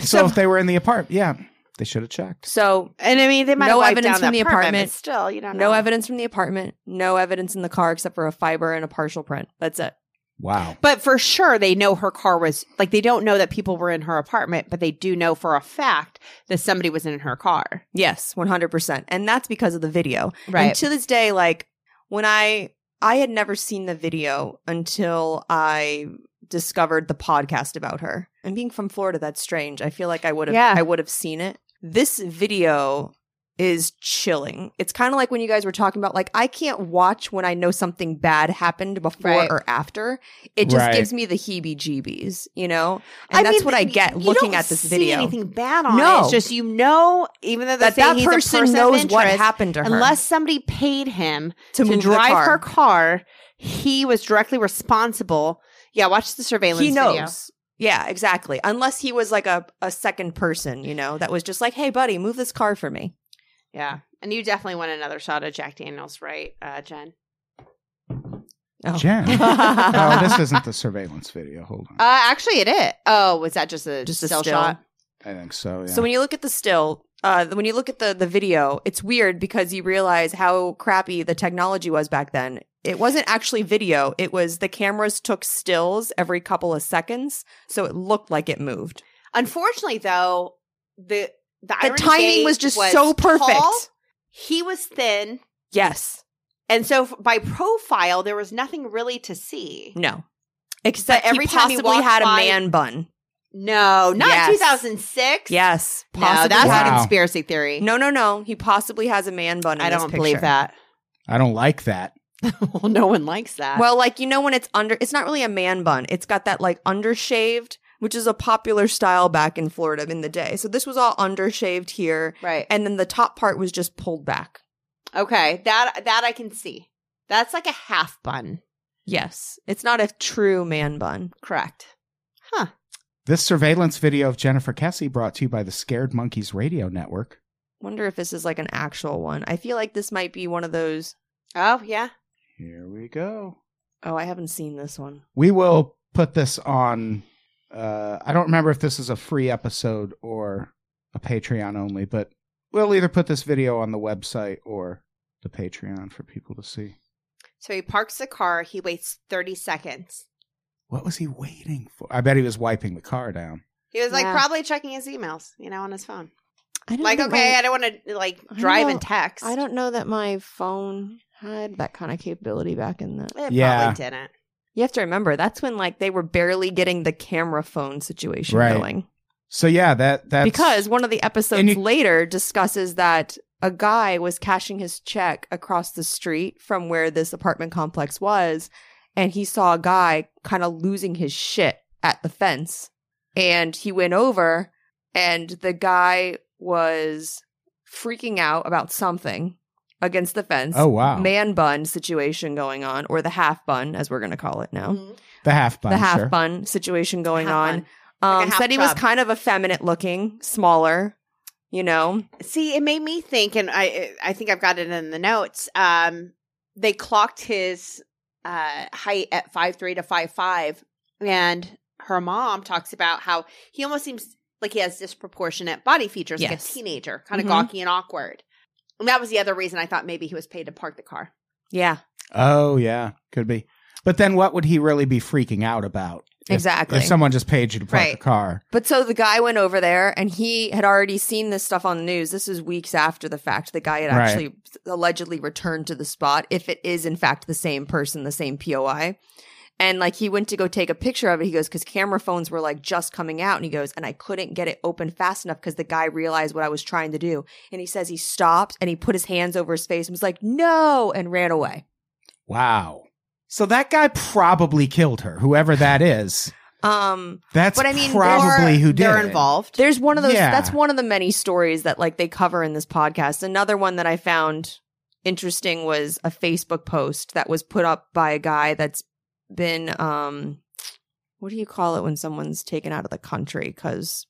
S2: So, if they were in the apartment, yeah, they should have checked.
S4: so
S3: And I mean, they might
S4: No
S3: have wiped
S4: evidence
S3: down
S4: from
S3: that
S4: the
S3: apartment, but
S4: apartment.
S3: Still, you don't know.
S4: no evidence from the apartment, no evidence in the car except for a fiber and a partial print. That's it.
S2: Wow.
S3: But for sure, they know her car was like they don't know that people were in her apartment, but they do know for a fact that somebody was in her car.
S4: Yes, 100%. And that's because of the video.
S3: Right.
S4: And to this day, like when I I had never seen the video until I discovered the podcast about her. And being from Florida, that's strange. I feel like I would have
S3: Yeah.
S4: I would have seen it. This video is chilling. It's kind of like when you guys were talking about like I can't watch when I know something bad happened before
S3: Right.
S4: or after. It just
S2: Right.
S4: gives me the heebie-jeebies, you know? And that's
S3: mean,
S4: what I
S3: you-
S4: get
S3: you
S4: looking
S3: don't
S4: at this
S3: see
S4: video.
S3: Anything bad on
S4: No.
S3: it? It's just you know, even though they
S4: that
S3: say
S4: that
S3: he's a
S4: person,
S3: person of
S4: knows what
S3: interest,
S4: happened to her
S3: Unless somebody paid him to,
S4: move the
S3: drive
S4: car.
S3: her car, he was directly responsible. Yeah, watch the surveillance.
S4: he knows.
S3: video.
S4: Yeah, exactly. Unless he was like a, a second person, you know, that was just like, hey, buddy, move this car for me.
S3: Yeah, and you definitely want another shot of Jack Daniels, right, uh, Jen?
S4: Oh.
S2: Jen. oh,
S4: oh,
S2: this isn't the surveillance video. Hold on.
S3: Uh, actually, it is. Oh, was that just a
S4: Just a
S3: still,
S4: still.
S3: shot?
S2: I think so. Oh, Yeah.
S4: So when you look at the still, uh, when you look at the, the video, it's weird because you realize how crappy the technology was back then. It wasn't actually video. It was the cameras took stills every couple of seconds, so it looked like it moved.
S3: Unfortunately, though, the the,
S4: The
S3: Iron
S4: timing
S3: Gate
S4: was just so perfect.
S3: tall, he was thin,
S4: Yes.
S3: and so f- by profile, there was nothing really to see.
S4: No. Except
S3: every
S4: every
S3: time he
S4: possibly
S3: walked
S4: had a
S3: by-
S4: man bun.
S3: No, not
S4: Yes.
S3: 2006.
S4: Yes.
S3: no, that's
S2: had
S3: a
S2: Wow.
S3: conspiracy theory.
S4: No, no, no. He possibly has a man bun. In
S3: I
S4: this
S3: don't believe
S4: picture.
S3: that.
S2: I don't like that.
S3: well, no one likes that.
S4: Well, like you know when it's under, it's not really a man bun. It's got that like undershaved, which is a popular style back in Florida in the day. So this was all undershaved here,
S3: right?
S4: and then the top part was just pulled back.
S3: Okay, that that I can see. That's like a half bun,
S4: Yes, it's not a true man bun.
S3: correct?
S2: This surveillance video of Jennifer Kessie brought to you by the Scared Monkeys Radio Network.
S4: Wonder if this is like an actual one. I feel like this might be one of those.
S3: Oh yeah,
S2: Here we go.
S4: Oh, I haven't seen this one.
S2: We will put this on. Uh, I don't remember if this is a free episode or a Patreon only, but we'll either put this video on the website or the Patreon for people to see.
S3: So he parks the car. He waits 30 seconds.
S2: What was he waiting for? I bet he was wiping the car down.
S3: He was like
S4: Yeah.
S3: probably checking his emails, you know, on his phone.
S4: I don't
S3: Like,
S4: think
S3: okay,
S4: my-
S3: I don't want to like
S4: I
S3: drive
S4: don't-
S3: and text.
S4: I don't know that my phone had that kind of capability back in the.
S3: It
S2: Yeah.
S3: probably didn't.
S4: You have to remember that's when like they were barely getting the camera phone situation
S2: Right.
S4: going.
S2: So yeah, that that's
S4: because one of the episodes
S2: And you-
S4: later discusses that a guy was cashing his check across the street from where this apartment complex was and he saw a guy kind of losing his shit at the fence and he went over and the guy was freaking out about something against the fence
S2: oh wow
S4: man bun situation going on or the half bun as we're going to call it now
S2: the half bun
S4: the half
S2: sure.
S4: bun situation going
S3: Have
S4: on
S3: fun.
S4: um,
S3: Like a half
S4: said he was
S3: chub.
S4: kind of effeminate looking, smaller, you know.
S3: See, it made me think, and I I think I've got it in the notes. Um, they clocked his uh height at five three to five five, and her mom talks about how he almost seems like he has disproportionate body features, like a
S4: Yes.
S3: teenager, kind of
S4: Mhm.
S3: gawky and awkward. And that was the other reason I thought maybe he was paid to park the car.
S4: Yeah,
S2: Oh yeah, could be. But then what would he really be freaking out about? If-
S4: exactly.
S2: If someone just paid you to park a
S3: Right.
S2: car.
S4: but so the guy went over there and he had already seen this stuff on the news. This is weeks after the fact. The guy had
S2: Right.
S4: actually allegedly returned to the spot, if it is in fact the same person, the same POI. And like he went to go take a picture of it. He goes, because camera phones were like just coming out. And he goes, and I couldn't get it open fast enough because the guy realized what I was trying to do. And he says he stopped and he put his hands over his face and was like, no, and ran away.
S2: Wow. So that guy probably killed her, whoever that is.
S4: Um,
S2: That's
S4: But I mean,
S2: probably
S4: they're-
S2: who did
S3: They're
S2: it.
S3: involved.
S4: there's one of those,
S2: Yeah.
S4: that's one of the many stories that like they cover in this podcast. Another one that I found interesting was a Facebook post that was put up by a guy that's been, um, what do you call it when someone's taken out of the country? Because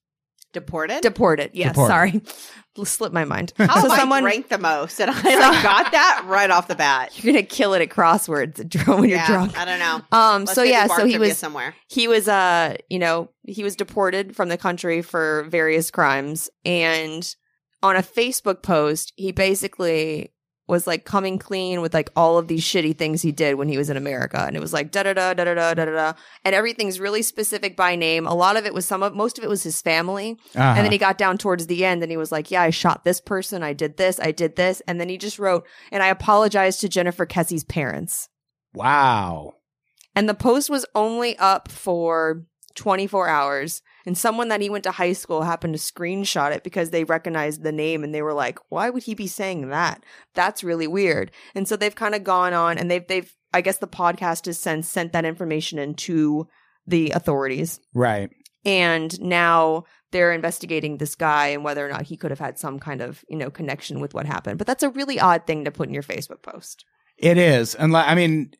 S3: Deported.
S4: deported. Yeah,
S2: Deported.
S4: sorry, slipped my mind.
S3: How
S4: so
S3: Oh, I
S4: someone
S3: drank the most, and I like, got that right off the bat.
S4: you're gonna kill it at crosswords when you're
S3: yeah,
S4: drunk.
S3: I don't know.
S4: Um.
S3: Let's
S4: so
S3: go do
S4: yeah.
S3: bar
S4: So he
S3: trivia
S4: was
S3: somewhere.
S4: he was uh you know he was deported from the country for various crimes and on a facebook post he basically was like coming clean with like all of these shitty things he did when he was in america and it was like da da da da da da da da and everything's really specific by name a lot of it was some of most of it was his family
S2: Uh-huh.
S4: and then he got down towards the end and he was like, Yeah, I shot this person. I did this. I did this. And then he just wrote, And I apologize to Jennifer Kessie's parents.
S2: wow.
S4: And the post was only up for 24 hours. And someone that he went to high school happened to screenshot it because they recognized the name and they were like, Why would he be saying that? That's really weird. And so they've kind of gone on and they've, they've, I guess the podcast has since sent that information in to the authorities
S2: Right.
S4: and now they're investigating this guy and whether or not he could have had some kind of you know connection with what happened but that's a really odd thing to put in your facebook post
S2: It is. And like, I mean,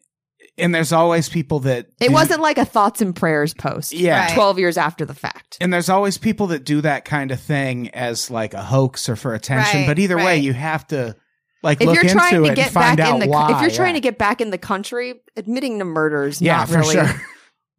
S2: and there's always people that.
S4: it
S2: do-
S4: wasn't like a thoughts and prayers post
S2: Yeah.
S3: Right.
S4: 12 years after the fact
S2: And there's always people that do that kind of thing as like a hoax or for attention.
S3: Right,
S2: but either way,
S3: right.
S2: you have to like
S4: if
S2: look
S4: you're trying
S2: into
S4: to
S2: it and
S4: get
S2: find
S4: back
S2: out
S4: in the co-
S2: why.
S4: if you're trying
S2: yeah.
S4: to get back in the country admitting to murder is
S2: yeah,
S4: not
S2: for
S4: really
S2: sure.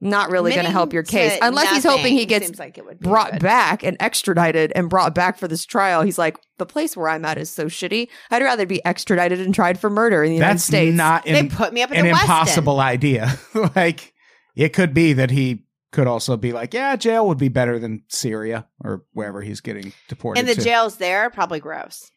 S4: not really going to
S3: Admitting
S4: help your
S3: to
S4: case unless he's hoping he
S3: nothing
S4: gets
S3: seems like it would be
S4: brought
S3: good.
S4: back and extradited and brought back for this trial he's like the place where i'm at is so shitty i'd rather be extradited and tried for murder in the united
S2: That's
S4: states
S2: not
S3: They
S2: in,
S3: put me up in
S2: an
S3: the Westin.
S2: impossible idea. like it could be that he could also be like, yeah, jail would be better than Syria or wherever he's getting deported.
S3: and the
S2: to.
S3: jails there are probably gross.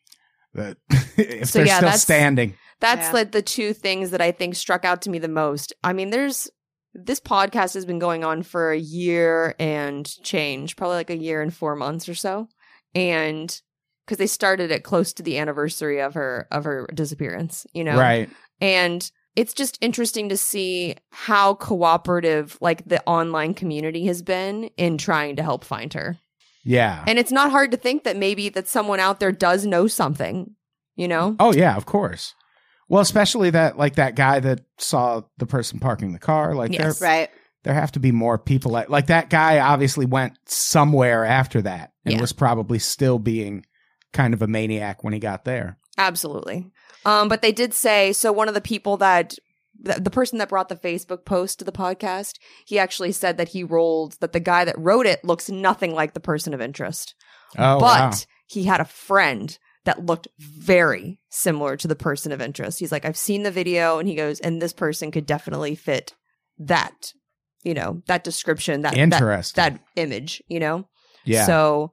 S2: But if
S4: So,
S2: they're
S4: yeah,
S2: still
S4: that's-
S2: standing,
S4: That's
S3: Yeah.
S4: like the two things that I think struck out to me the most. I mean, there's this podcast has been going on for a year and change, probably like a year and four months or so, and because they started it close to the anniversary of her of her disappearance, you know,
S2: right?
S4: and it's just interesting to see how cooperative like the online community has been in trying to help find her.
S2: Yeah.
S4: And it's not hard to think that maybe that someone out there does know something, you know?
S2: oh yeah, of course. Well, especially that like that guy that saw the person parking the car. Like
S4: Yes.
S2: there,
S3: Right.
S2: there have to be more people like like that guy. Obviously went somewhere after that and
S4: Yeah.
S2: was probably still being kind of a maniac when he got there.
S4: Absolutely. Um, but they did say so. One of the people that the, the person that brought the Facebook post to the podcast, he actually said that he rolled that the guy that wrote it looks nothing like the person of interest,
S2: Oh,
S4: but
S2: wow.
S4: he had a friend that looked very similar to the person of interest. He's like, I've seen the video, and he goes, and this person could definitely fit that, you know, that description, that that,
S2: interesting.
S4: that image, you know.
S2: yeah.
S4: So,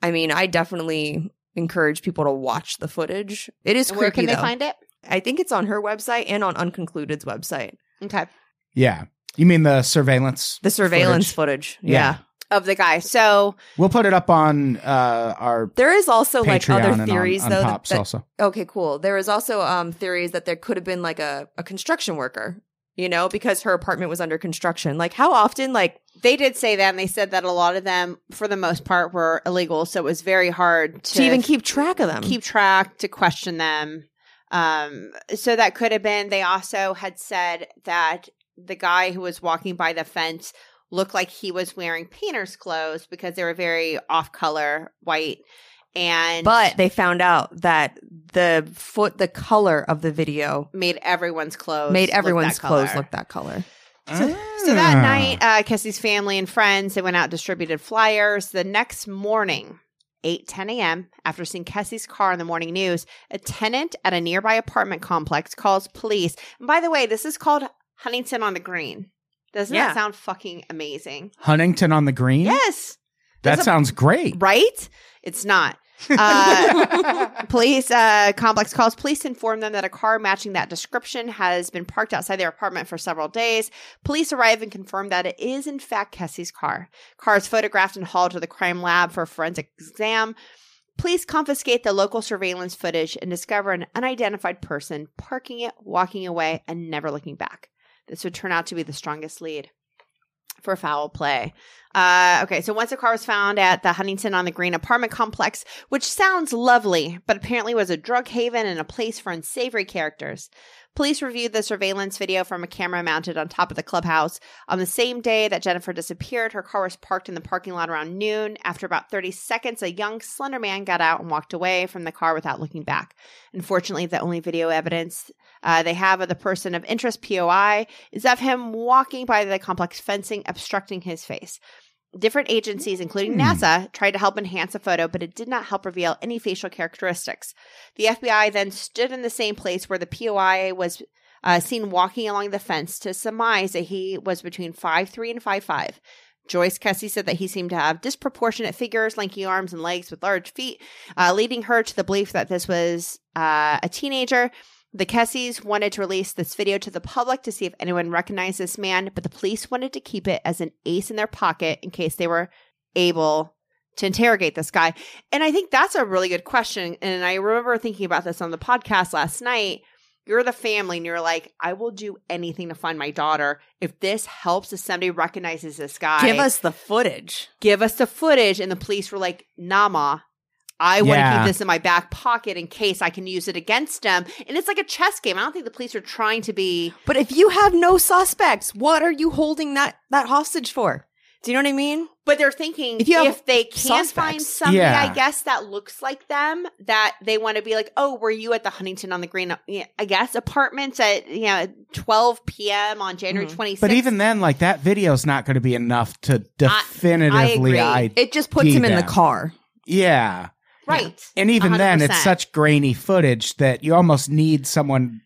S4: I mean, I definitely encourage people to watch the footage. It is
S3: And
S4: creepy.
S3: where can they
S4: though.
S3: find it?
S4: I think it's on her website and on Unconcluded's website.
S3: Okay.
S2: Yeah. You mean the surveillance?
S4: The surveillance footage.
S2: Yeah.
S4: Yeah.
S3: Of the guy. So
S2: We'll put it up on uh, our
S4: There is also
S2: Patreon
S4: like other
S2: and on,
S4: theories
S2: on
S4: though. that-
S2: Pops
S4: that-
S2: also.
S4: okay, cool. There is also um theories that there could have been like a, a construction worker, you know, because her apartment was under construction. Like how often like
S3: they did say that, and they said that a lot of them, for the most part, were illegal. So it was very hard to,
S4: to even keep track of them.
S3: keep track, to question them. Um, so that could have been. They also had said that the guy who was walking by the fence looked like he was wearing painter's clothes because they were very off color white. And
S4: but they found out that the foot the color of the video
S3: made everyone's clothes
S4: made
S3: look that
S4: everyone's clothes
S3: color.
S4: look that color.
S3: So that
S2: Ah.
S3: night, uh, Kessie's family and friends they went out and distributed flyers. The next morning, eight ten a.m., after seeing Kessie's car in the morning news, a tenant at a nearby apartment complex calls police. And by the way, this is called Huntington on the Green. Doesn't
S4: Yeah.
S3: that sound fucking amazing?
S2: Huntington on the Green.
S3: Yes,
S2: Mm. that
S3: there's a-
S2: sounds great.
S3: right? It's not. Uh, police uh, complex calls police inform them that a car matching that description has been parked outside their apartment for several days police arrive and confirm that it is in fact kessie's car car is photographed and hauled to the crime lab for forensic exam police confiscate the local surveillance footage and discover an unidentified person parking it walking away and never looking back this would turn out to be the strongest lead for foul play. Uh, okay, so once the car was found at the Huntington on the Green apartment complex, which sounds lovely, but apparently was a drug haven and a place for unsavory characters. Police reviewed the surveillance video from a camera mounted on top of the clubhouse. On the same day that Jennifer disappeared, her car was parked in the parking lot around noon. After about 30 seconds, a young, slender man got out and walked away from the car without looking back. Unfortunately, the only video evidence uh, they have of the person of interest, POI, is of him walking by the complex fencing, obstructing his face. Different agencies, including
S2: Hmm.
S3: NASA, tried to help enhance a photo, but it did not help reveal any facial characteristics. The FBI then stood in the same place where the POI was uh, seen walking along the fence to surmise that he was between 5'3 and 5'5. Joyce Kessie said that he seemed to have disproportionate figures, lanky arms and legs with large feet, uh, leading her to the belief that this was uh, a teenager. The Kessies wanted to release this video to the public to see if anyone recognized this man, but the police wanted to keep it as an ace in their pocket in case they were able to interrogate this guy. And I think that's a really good question. And I remember thinking about this on the podcast last night. You're the family, and you're like, I will do anything to find my daughter. If this helps, if somebody recognizes this guy,
S4: Give us the footage.
S3: give us the footage. And the police were like, Nama, I want to
S5: Yeah.
S3: keep this in my back pocket in case I can use it against them. And it's like a chess game. I don't think the police are trying to be.
S4: But if you have no suspects, what are you holding that that hostage for? Do you know what I mean?
S3: But they're thinking if,
S4: If you have
S3: they can
S4: suspects.
S3: find somebody,
S5: Yeah.
S3: I guess that looks like them, that they want to be like, oh, were you at the Huntington on the Green, yeah, I guess, apartments at you know 12 p.m. on January
S4: Mhm.
S3: 26th?
S5: Mm-hmm. But even then, like that video's not going to be enough to definitively.
S3: agree.
S5: I,
S4: It just puts
S5: Gee,
S4: him in the
S5: them.
S4: car.
S5: yeah,
S3: right,
S5: and even then,
S3: 100%.
S5: it's such grainy footage that you almost need someone.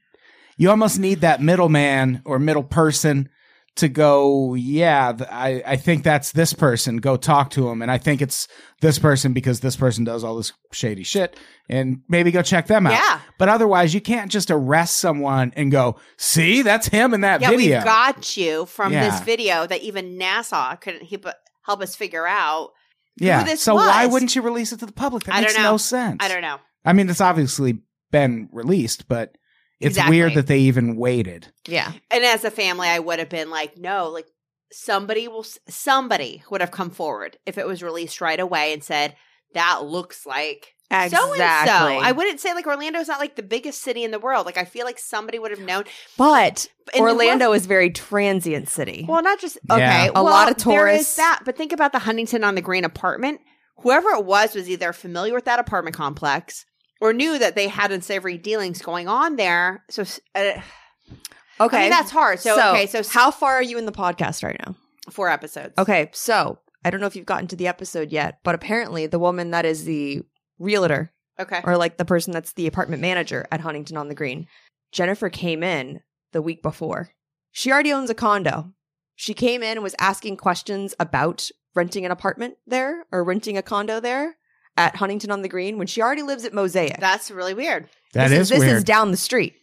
S5: You almost need that middleman or middle person to go. Yeah, th- I I think that's this person. Go talk to him, and I think it's this person because this person does all this shady shit, and maybe go check them out.
S3: yeah.
S5: But otherwise, you can't just arrest someone and go, "See, that's him in that
S3: yeah,
S5: video."
S3: we got you from this
S5: Yeah.
S3: video that even NASA couldn't he- help us figure out.
S5: yeah.
S3: who this
S5: so why
S3: was.
S5: wouldn't you release it to the public? That
S3: I don't
S5: makes
S3: know.
S5: no sense.
S3: I don't know.
S5: I mean, it's obviously been released, but it's
S3: Exactly.
S5: weird that they even waited.
S4: Yeah.
S3: And as a family, I would have been like, no, like somebody will, somebody would have come forward if it was released right away and said, that looks like so and so. I wouldn't say like Orlando's not like the biggest city in the world. Like I feel like somebody would have known.
S4: but
S3: And
S4: Orlando is very transient city.
S3: Well, not just
S5: Yeah.
S3: okay.
S4: A
S3: well,
S4: lot of
S3: There is
S4: tourists.
S3: that, but think about the Huntington on the Green apartment. Whoever it was was either familiar with that apartment complex or knew that they had unsavory dealings going on there. So uh,
S4: okay.
S3: I mean, that's hard. So, okay, so how
S4: how far are you in the podcast right now?
S3: four episodes?
S4: Okay, so I don't know if you've gotten to the episode yet, but apparently the woman that is the realtor
S3: okay.
S4: or like the person that's the apartment manager at Huntington on the Green, Jennifer came in the week before. She already owns a condo. She came in and was asking questions about renting an apartment there or renting a condo there at Huntington on the Green when she already lives at Mosaic.
S3: That's really weird.
S5: That
S4: this
S5: is
S4: this
S5: weird.
S4: is down the street.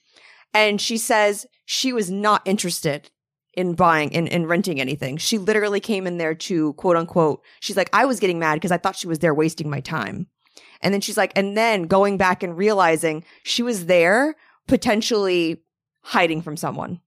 S4: And she says she was not interested in buying in, in renting anything. She literally came in there to quote unquote, she's like, I was getting mad because I thought she was there wasting my time. And then she's like, and then going back and realizing she was there potentially hiding from someone.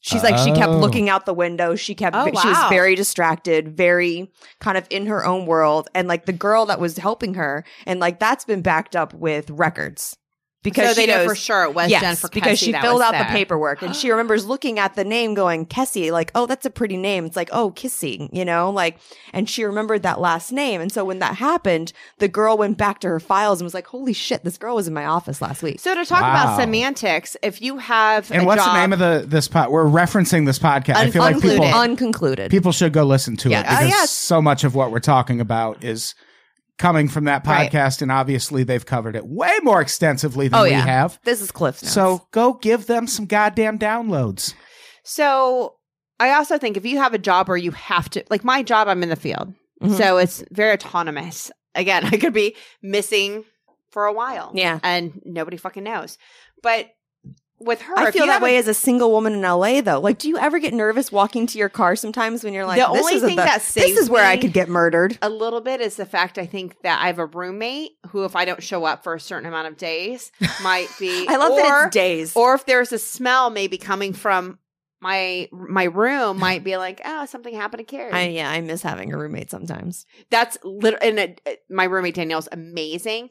S4: She's like, she kept
S5: Oh.
S4: looking out the window. She kept,
S3: Oh,
S4: she was
S3: wow.
S4: very distracted, very kind of in her own world. And like the girl that was helping her, and like that's been backed up with records because
S3: so
S4: she
S3: they know
S4: knows-
S3: for sure it was
S4: yes,
S3: Jennifer
S4: because
S3: Kessie
S4: she
S3: that
S4: filled
S3: was
S4: out the
S3: there.
S4: paperwork and she remembers looking at the name going Kessie like oh that's a pretty name it's like oh kissing you know like and she remembered that last name and so when that happened the girl went back to her files and was like holy shit this girl was in my office last week
S3: So to talk
S5: Wow.
S3: about semantics, if you have
S5: and
S3: a
S5: what's
S3: job,
S5: the name of the this pod? We're referencing this podcast. I feel like people
S4: unconcluded unconcluded
S5: people should go listen to
S4: Yeah.
S5: it
S4: Oh,
S5: because
S4: yes.
S5: so much of what we're talking about is coming from that
S3: Right.
S5: podcast, and obviously they've covered it way more extensively than
S4: Oh,
S5: we
S4: yeah.
S5: have.
S4: this is Cliff's notes.
S5: So go give them some goddamn downloads.
S3: So I also think if you have a job where you have to, like my job, I'm in the field.
S4: Mhm.
S3: So it's very autonomous. Again, I could be missing for a while.
S4: Yeah.
S3: And nobody fucking knows. But with her,
S4: I
S3: if
S4: feel
S3: you
S4: that way
S3: haven't-
S4: as a single woman in LA though. Like, do you ever get nervous walking to your car sometimes when you're like,
S3: The
S4: this
S3: only
S4: isn't
S3: thing
S4: the-
S3: that
S4: this
S3: saves
S4: is where I
S3: me-
S4: could get murdered?
S3: a little bit is the fact I think that I have a roommate who, if I don't show up for a certain amount of days, might be.
S4: I love that
S3: or-
S4: it's days.
S3: Or if there's a smell maybe coming from my my room, might be like, oh, something happened to Carrie.
S4: I, yeah, I miss having a roommate sometimes.
S3: that's lit- and it, it- my roommate Danielle's amazing,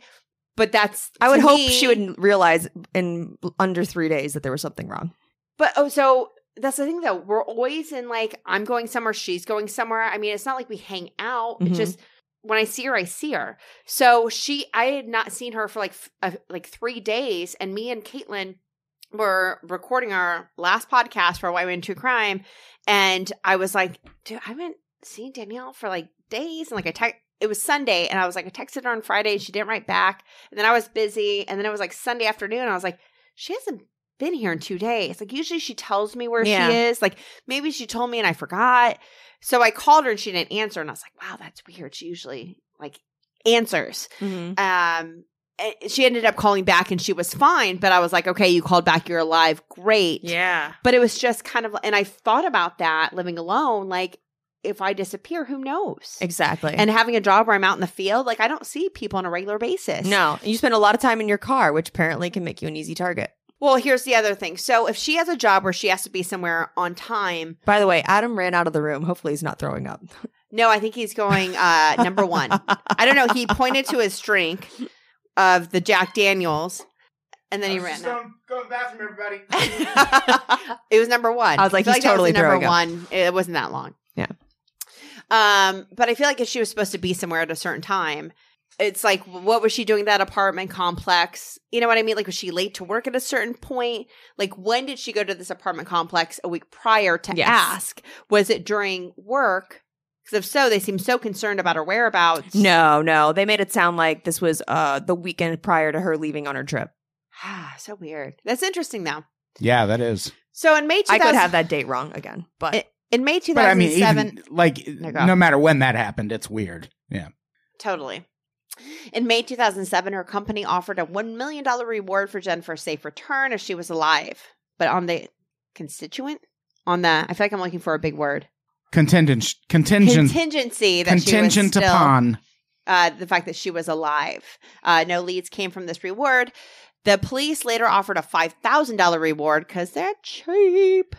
S3: but that's
S4: I
S3: to
S4: would hope
S3: me-
S4: she would realize in under three days that there was something wrong.
S3: But oh, so that's the thing though. We're always in like I'm going somewhere, she's going somewhere. I mean, it's not like we hang out.
S4: Mhm.
S3: It's just when I see her, I see her. So she, I had not seen her for like f- uh, like three days, and me and Caitlin were recording our last podcast for Why Women True Crime, and I was like, dude, I haven't seen Danielle for like days, and like I text. It was Sunday, and I was like, I texted her on Friday, and she didn't write back. And then I was busy, and then it was like Sunday afternoon, and I was like, she hasn't been here in two days. Like usually she tells me where
S4: Yeah.
S3: she is. Like maybe she told me and I forgot. So I called her and she didn't answer, and I was like, wow, that's weird. She usually like answers.
S4: Mm-hmm.
S3: Um, and she ended up calling back and she was fine, but I was like, okay, you called back, you're alive, great.
S4: Yeah.
S3: But it was just kind of, and I thought about that living alone. Like if I disappear, who knows?
S4: Exactly.
S3: And having a job where I'm out in the field, like I don't see people on a regular basis.
S4: no, you spend a lot of time in your car, which apparently can make you an easy target.
S3: Well, here's the other thing. So if she has a job where she has to be somewhere on time,
S4: By the way, Adam ran out of the room. Hopefully, he's not throwing up.
S3: no, I think he's going uh number one. I don't know. He pointed to his drink of the Jack Daniels and then he ran out.
S2: Go to the bathroom, everybody.
S3: it was number one.
S4: I was like,
S3: feel
S4: he's
S3: that was
S4: totally
S3: the number
S4: throwing up.
S3: one. It wasn't that long.
S4: Yeah.
S3: Um, but I feel like if she was supposed to be somewhere at a certain time, it's like, what was she doing at that apartment complex? You know what I mean? Like, was she late to work at a certain point? Like, when did she go to this apartment complex a week prior to
S4: Yes.
S3: ask? Was it during work? Because if so, they seem so concerned about her whereabouts.
S4: No, no, they made it sound like this was uh, the weekend prior to her leaving on her trip.
S3: so weird. That's interesting, though.
S2: Yeah, that is.
S3: So in May 2000-
S4: I could have that date wrong again, but
S3: It- in May
S2: But I mean,
S3: 2007,
S2: even like
S3: go.
S2: no matter when that happened, it's weird. Yeah.
S3: Totally. In May 2007, her company offered a $1 million reward for Jennifer's safe return if she was alive. But on the constituent? On the, I feel like I'm looking for a big word.
S2: Contingent, contingent,
S3: Contingency that she was
S2: contingent
S3: still,
S2: upon.
S3: uh, the fact that she was alive. Uh, no leads came from this reward. The police later offered a $5,000 reward because they're cheap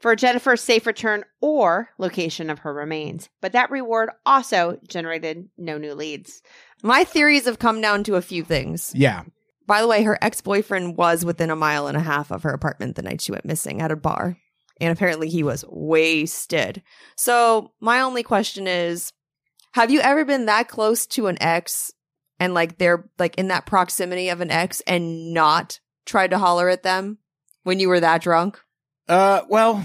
S3: for Jennifer's safe return or location of her remains. But that reward also generated no new leads.
S4: my theories have come down to a few things.
S2: Yeah.
S4: By the way, her ex boyfriend was within a mile and a half of her apartment the night she went missing at a bar. And apparently he was wasted. So, my only question is Have you ever been that close to an ex and like they're like in that proximity of an ex and not tried to holler at them when you were that drunk?
S2: Uh. Well,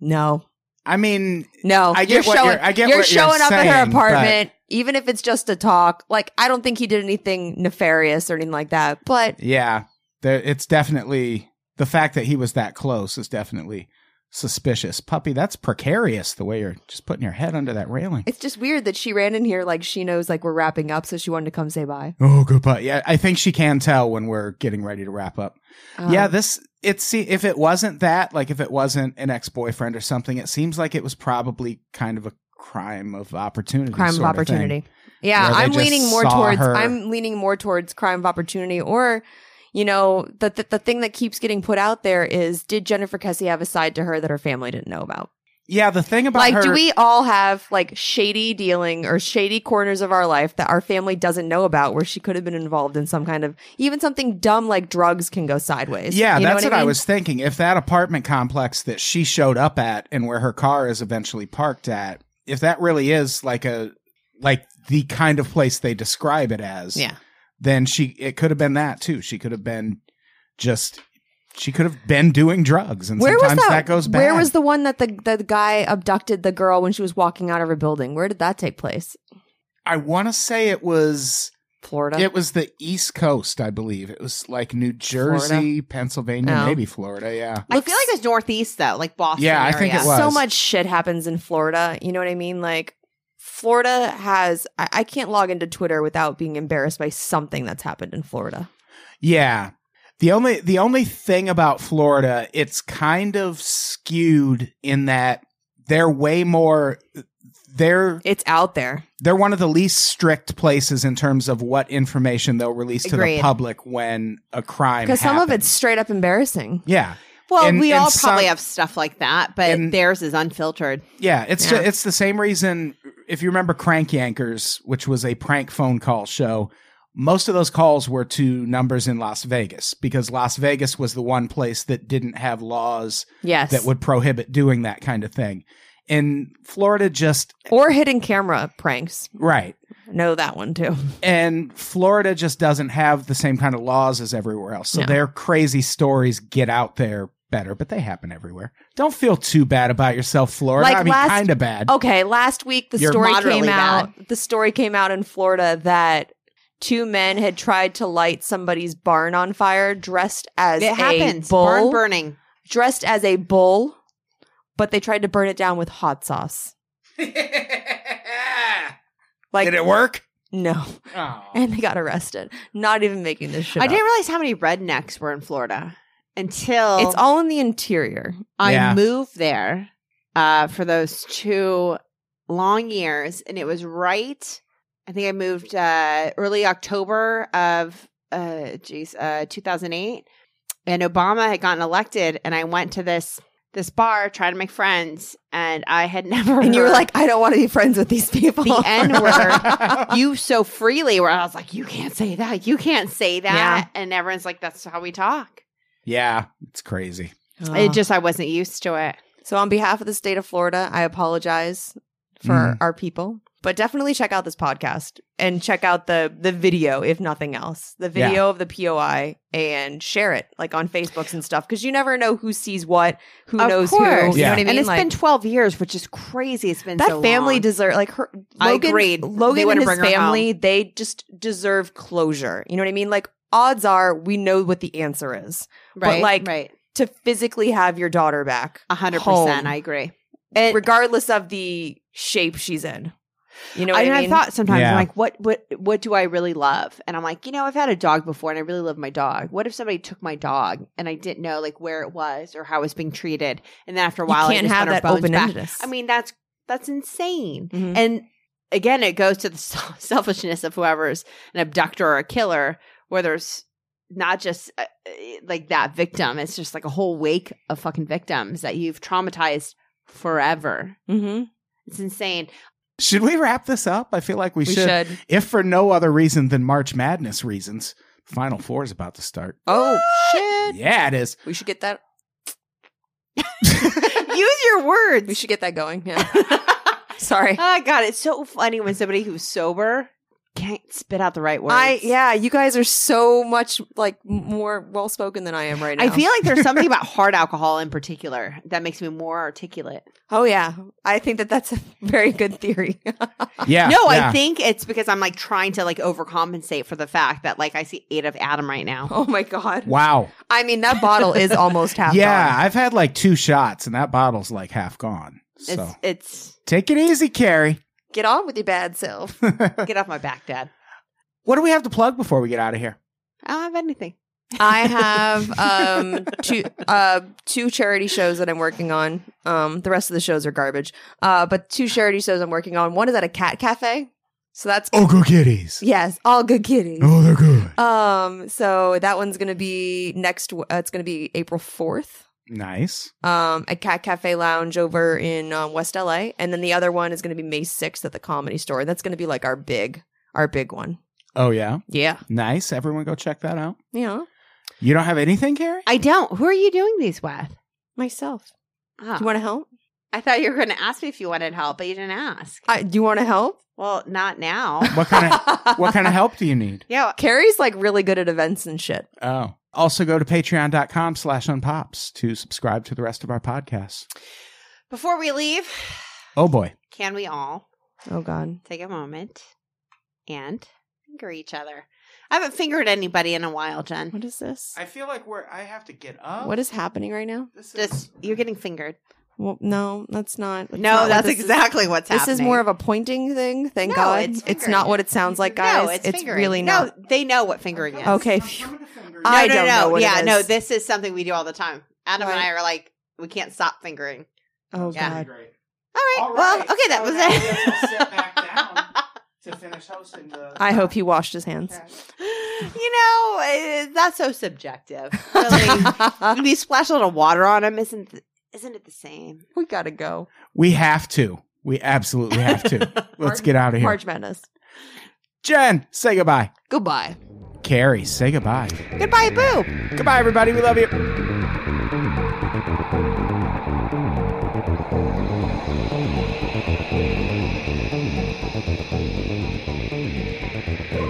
S4: No,
S2: I mean,
S4: no.
S2: I get
S4: you're
S2: what
S4: showing,
S2: you're- I get
S4: you're
S2: what you're
S4: showing up at
S2: saying,
S4: her apartment, even if it's just to talk. Like, I don't think he did anything nefarious or anything like that, but
S2: yeah. There, it's definitely the fact that he was that close is definitely suspicious. Puppy, that's precarious. The way you're just putting your head under that railing.
S4: It's just weird that she ran in here like she knows like we're wrapping up, so she wanted to come say bye.
S2: Oh, goodbye. Yeah, I think she can tell when we're getting ready to wrap up.
S4: Um,
S2: yeah, this it's see if it wasn't that, like if it wasn't an ex boyfriend or something, it seems like it was probably kind of a crime of opportunity.
S4: crime of
S2: sort thing.
S4: opportunity. Yeah,
S2: Where they
S4: I'm
S2: just
S4: leaning more
S2: saw
S4: towards
S2: her-
S4: I'm leaning more towards crime of opportunity, or you know the, the the thing that keeps getting put out there is did Jennifer Kessie have a side to her that her family didn't know about?
S2: Yeah, the thing about
S4: like,
S2: her,
S4: do we all have like shady dealing or shady corners of our life that our family doesn't know about where she could have been involved in some kind of even something dumb like drugs can go sideways?
S2: Yeah,
S4: You know
S2: that's what I,
S4: mean?
S2: was thinking. If that apartment complex that she showed up at and where her car is eventually parked at, if that really is like a like the kind of place they describe it as,
S4: Yeah.
S2: then she it could have been that too. She could have been just she could have been doing drugs, and sometimes that, goes back.
S4: Where was the one that the, the guy abducted the girl when she was walking out of her building? Where did that take place?
S2: I want to say it was
S4: Florida.
S2: it was the East Coast, I believe. It was like New Jersey, Pennsylvania,
S4: Oh.
S2: maybe Florida. Yeah,
S3: I feel like it's northeast though, like Boston.
S2: Yeah, I think it
S3: area.
S2: was.
S4: So much shit happens in Florida. You know what I mean? Like Florida has, I, I can't log into Twitter without being embarrassed by something that's happened in Florida.
S2: Yeah. The only the only thing about Florida, it's kind of skewed in that they're way more they're
S4: It's out there.
S2: they're one of the least strict places in terms of what information they'll release to the
S4: Agreed.
S2: public when a crime
S4: Because some of
S2: happens.
S4: it's straight up embarrassing.
S2: yeah
S3: Well,
S2: And-
S3: we
S2: and
S3: all
S2: some-
S3: probably have stuff like that, but
S2: and-
S3: theirs is unfiltered.
S2: yeah it's
S4: Yeah.
S2: it's the same reason if you remember crank yankers which was a prank phone call show most of those calls were to numbers in las vegas because las vegas was the one place that didn't have laws
S4: Yes.
S2: that would prohibit doing that kind of thing and florida just
S4: or hidden camera pranks.
S2: right
S4: Know that one too.
S2: and Florida just doesn't have the same kind of laws as everywhere else. So
S4: No.
S2: their crazy stories get out there better, but they happen everywhere. Don't feel too bad about yourself, Florida.
S4: Like
S2: I mean,
S4: last- Oh.
S2: kind of bad.
S4: Okay, last week the
S2: You're
S4: story
S3: moderately
S4: came out. The story came out in Florida that two men had tried to light somebody's barn on fire dressed as
S3: It
S4: a
S3: happens.
S4: bull,
S3: Barn burning.
S4: dressed as a bull, but they tried to burn it down with hot sauce. Like
S2: Did it work?
S4: No, and they got arrested. Not even making this shit.
S3: I
S4: up.
S3: didn't realize how many rednecks were in Florida until
S4: It's all in the interior.
S3: I
S2: Yeah.
S3: moved there uh, for those two long years, and it was right. I think I moved uh, early October of uh, geez, uh, 2008, and Obama had gotten elected, and I went to this this bar trying to make friends, and I had never.
S4: And you were
S3: heard
S4: like, "Oh." I don't want to be friends with these people.
S3: the N word you so freely, where I was like, you can't say that, you can't say that, and everyone's like, that's how we talk.
S2: yeah, it's crazy.
S3: It just I wasn't used to it.
S4: So, on behalf of the state of Florida, I apologize for
S2: Mhm.
S4: our people, but definitely check out this podcast and check out the the video, if nothing else, the
S2: Yeah.
S4: video of the POI, and share it like on Facebooks and stuff, because you never know who sees what, who
S3: Of
S4: knows
S3: course.
S4: who. You
S2: Yeah.
S4: know what I mean?
S3: and it's
S4: like,
S3: been 12 years, which is crazy. It's been
S4: that
S3: so
S4: family
S3: long.
S4: deserve like her.
S3: I
S4: Logan,
S3: agreed. They
S4: Logan and
S3: wouldn't
S4: his
S3: bring her
S4: family, they just deserve closure. You know what I mean? Like odds are, we know what the answer is but,
S3: right,
S4: like,
S3: right,
S4: to physically have your daughter back.
S3: a hundred
S4: home.
S3: percent. I agree.
S4: And
S3: And-
S4: regardless of the shape she's in. You know what
S3: I,
S4: I,
S3: and
S4: mean?
S3: I thought sometimes
S2: Yeah.
S3: I'm like, what, what, what do I really love? And I'm like, you know, I've had a dog before, and I really love my dog. What if somebody took my dog and I didn't know like where it was or how it was being treated? And then after a while,
S4: you
S3: I
S4: can't
S3: just
S4: have
S3: want her
S4: that
S3: bones
S4: open
S3: back.
S4: endedness.
S3: I mean, that's that's insane.
S4: Mhm.
S3: And again, it goes to the self- selfishness of whoever's an abductor or a killer, where there's not just uh, uh, like that victim, it's just like a whole wake of fucking victims that you've traumatized forever.
S4: Mhm.
S3: It's insane.
S2: Should we wrap this up? I feel like we,
S4: we
S2: should.
S4: should.
S2: If for no other reason than March Madness reasons, Final Four is about to start.
S4: Oh shit!
S2: Yeah, it is.
S4: We should get that.
S3: Use your words.
S4: We should get that going. Yeah. Sorry.
S3: oh, God, it's so funny when somebody who's sober can't spit out the right words.
S4: I yeah. You guys are so much like m- more well spoken than I am right now.
S3: I feel like there's something about hard alcohol in particular that makes me more articulate.
S4: Oh yeah. I think that that's a very good theory.
S2: Yeah.
S3: No,
S2: yeah.
S3: I think it's because I'm like trying to like overcompensate for the fact that like I see eight of Adam right now.
S4: oh my god.
S2: Wow.
S4: I mean that bottle is almost half.
S2: yeah,
S4: gone.
S2: I've had like two shots, and that bottle's like half gone. So
S3: It's it's
S2: take it easy, Carrie.
S4: Get on with your bad self.
S2: what
S3: get off my back, Dad.
S2: do we have to plug before we get out of here?
S3: I don't have anything.
S4: I have um two uh two charity shows that I'm working on. Um the rest of the shows are garbage. Uh but two charity shows I'm working on. One is at a cat cafe. So that's
S2: Oh, go kitties.
S4: yes, all good kitties.
S2: Oh, they're good.
S4: Um so that one's going to be next uh, it's going to be April 4th.
S2: Nice.
S4: Um at Cat Cafe Lounge over in uh, West LA and then the other one is going to be May 6th at the Comedy Store. That's going to be like our big our big one.
S2: Oh, yeah.
S4: Yeah.
S2: Nice. Everyone go check that out.
S4: Yeah.
S2: You don't have anything, Carrie?
S3: I don't. Who are you doing these with?
S4: Myself.
S3: Oh.
S4: Do you want to help?
S3: I thought you were going to ask me if you wanted help, but you didn't ask.
S4: I, do you want to help?
S3: Well, not now.
S2: What kind of what kind of help do you need?
S3: yeah.
S4: Carrie's like really good at events and shit.
S2: Oh. Also go to patreon.com slash unpops to subscribe to the rest of our podcasts.
S3: Before we leave,
S2: Oh boy.
S3: can we all
S4: Oh god.
S3: take a moment and finger each other? I haven't fingered anybody in a while, Jen.
S4: What is this?
S2: feel like we're I have to get up.
S4: What is happening right now?
S2: this
S3: Just you're getting fingered.
S4: Well, no, that's not. that's not
S3: No,
S4: what
S3: that's
S4: this is.
S3: exactly what's
S4: This
S3: happening.
S4: is more of a pointing thing. Thank
S3: No,
S4: God,
S3: it's
S4: it's,
S3: fingering.
S4: not what it sounds like, guys.
S3: No, it's, fingering.
S4: really
S3: no,
S4: not.
S3: they know what fingering is.
S4: Okay, phew. I
S3: no,
S4: don't
S3: no.
S4: know what it
S3: yeah,
S4: is.
S3: no, this is something we do all the time. Adam and
S4: Right.
S3: I are like, we can't stop fingering.
S4: Oh
S3: Yeah.
S4: God.
S3: All right.
S2: All
S3: Well,
S2: right.
S3: okay, that was
S2: Okay, let's sit
S3: it.
S2: back down. To finish hosting the.
S4: I hope he washed his hands.
S3: you know, eh, that's so subjective. Really, If you splash a little water on him, isn't th- isn't it the same?
S4: we gotta go.
S2: We have to. We absolutely have to. Let's get out of here.
S4: March Madness.
S2: Jen, say goodbye.
S4: Goodbye.
S2: Carrie, say goodbye.
S3: Goodbye, boo.
S2: Goodbye, everybody. We love you.
S6: Thank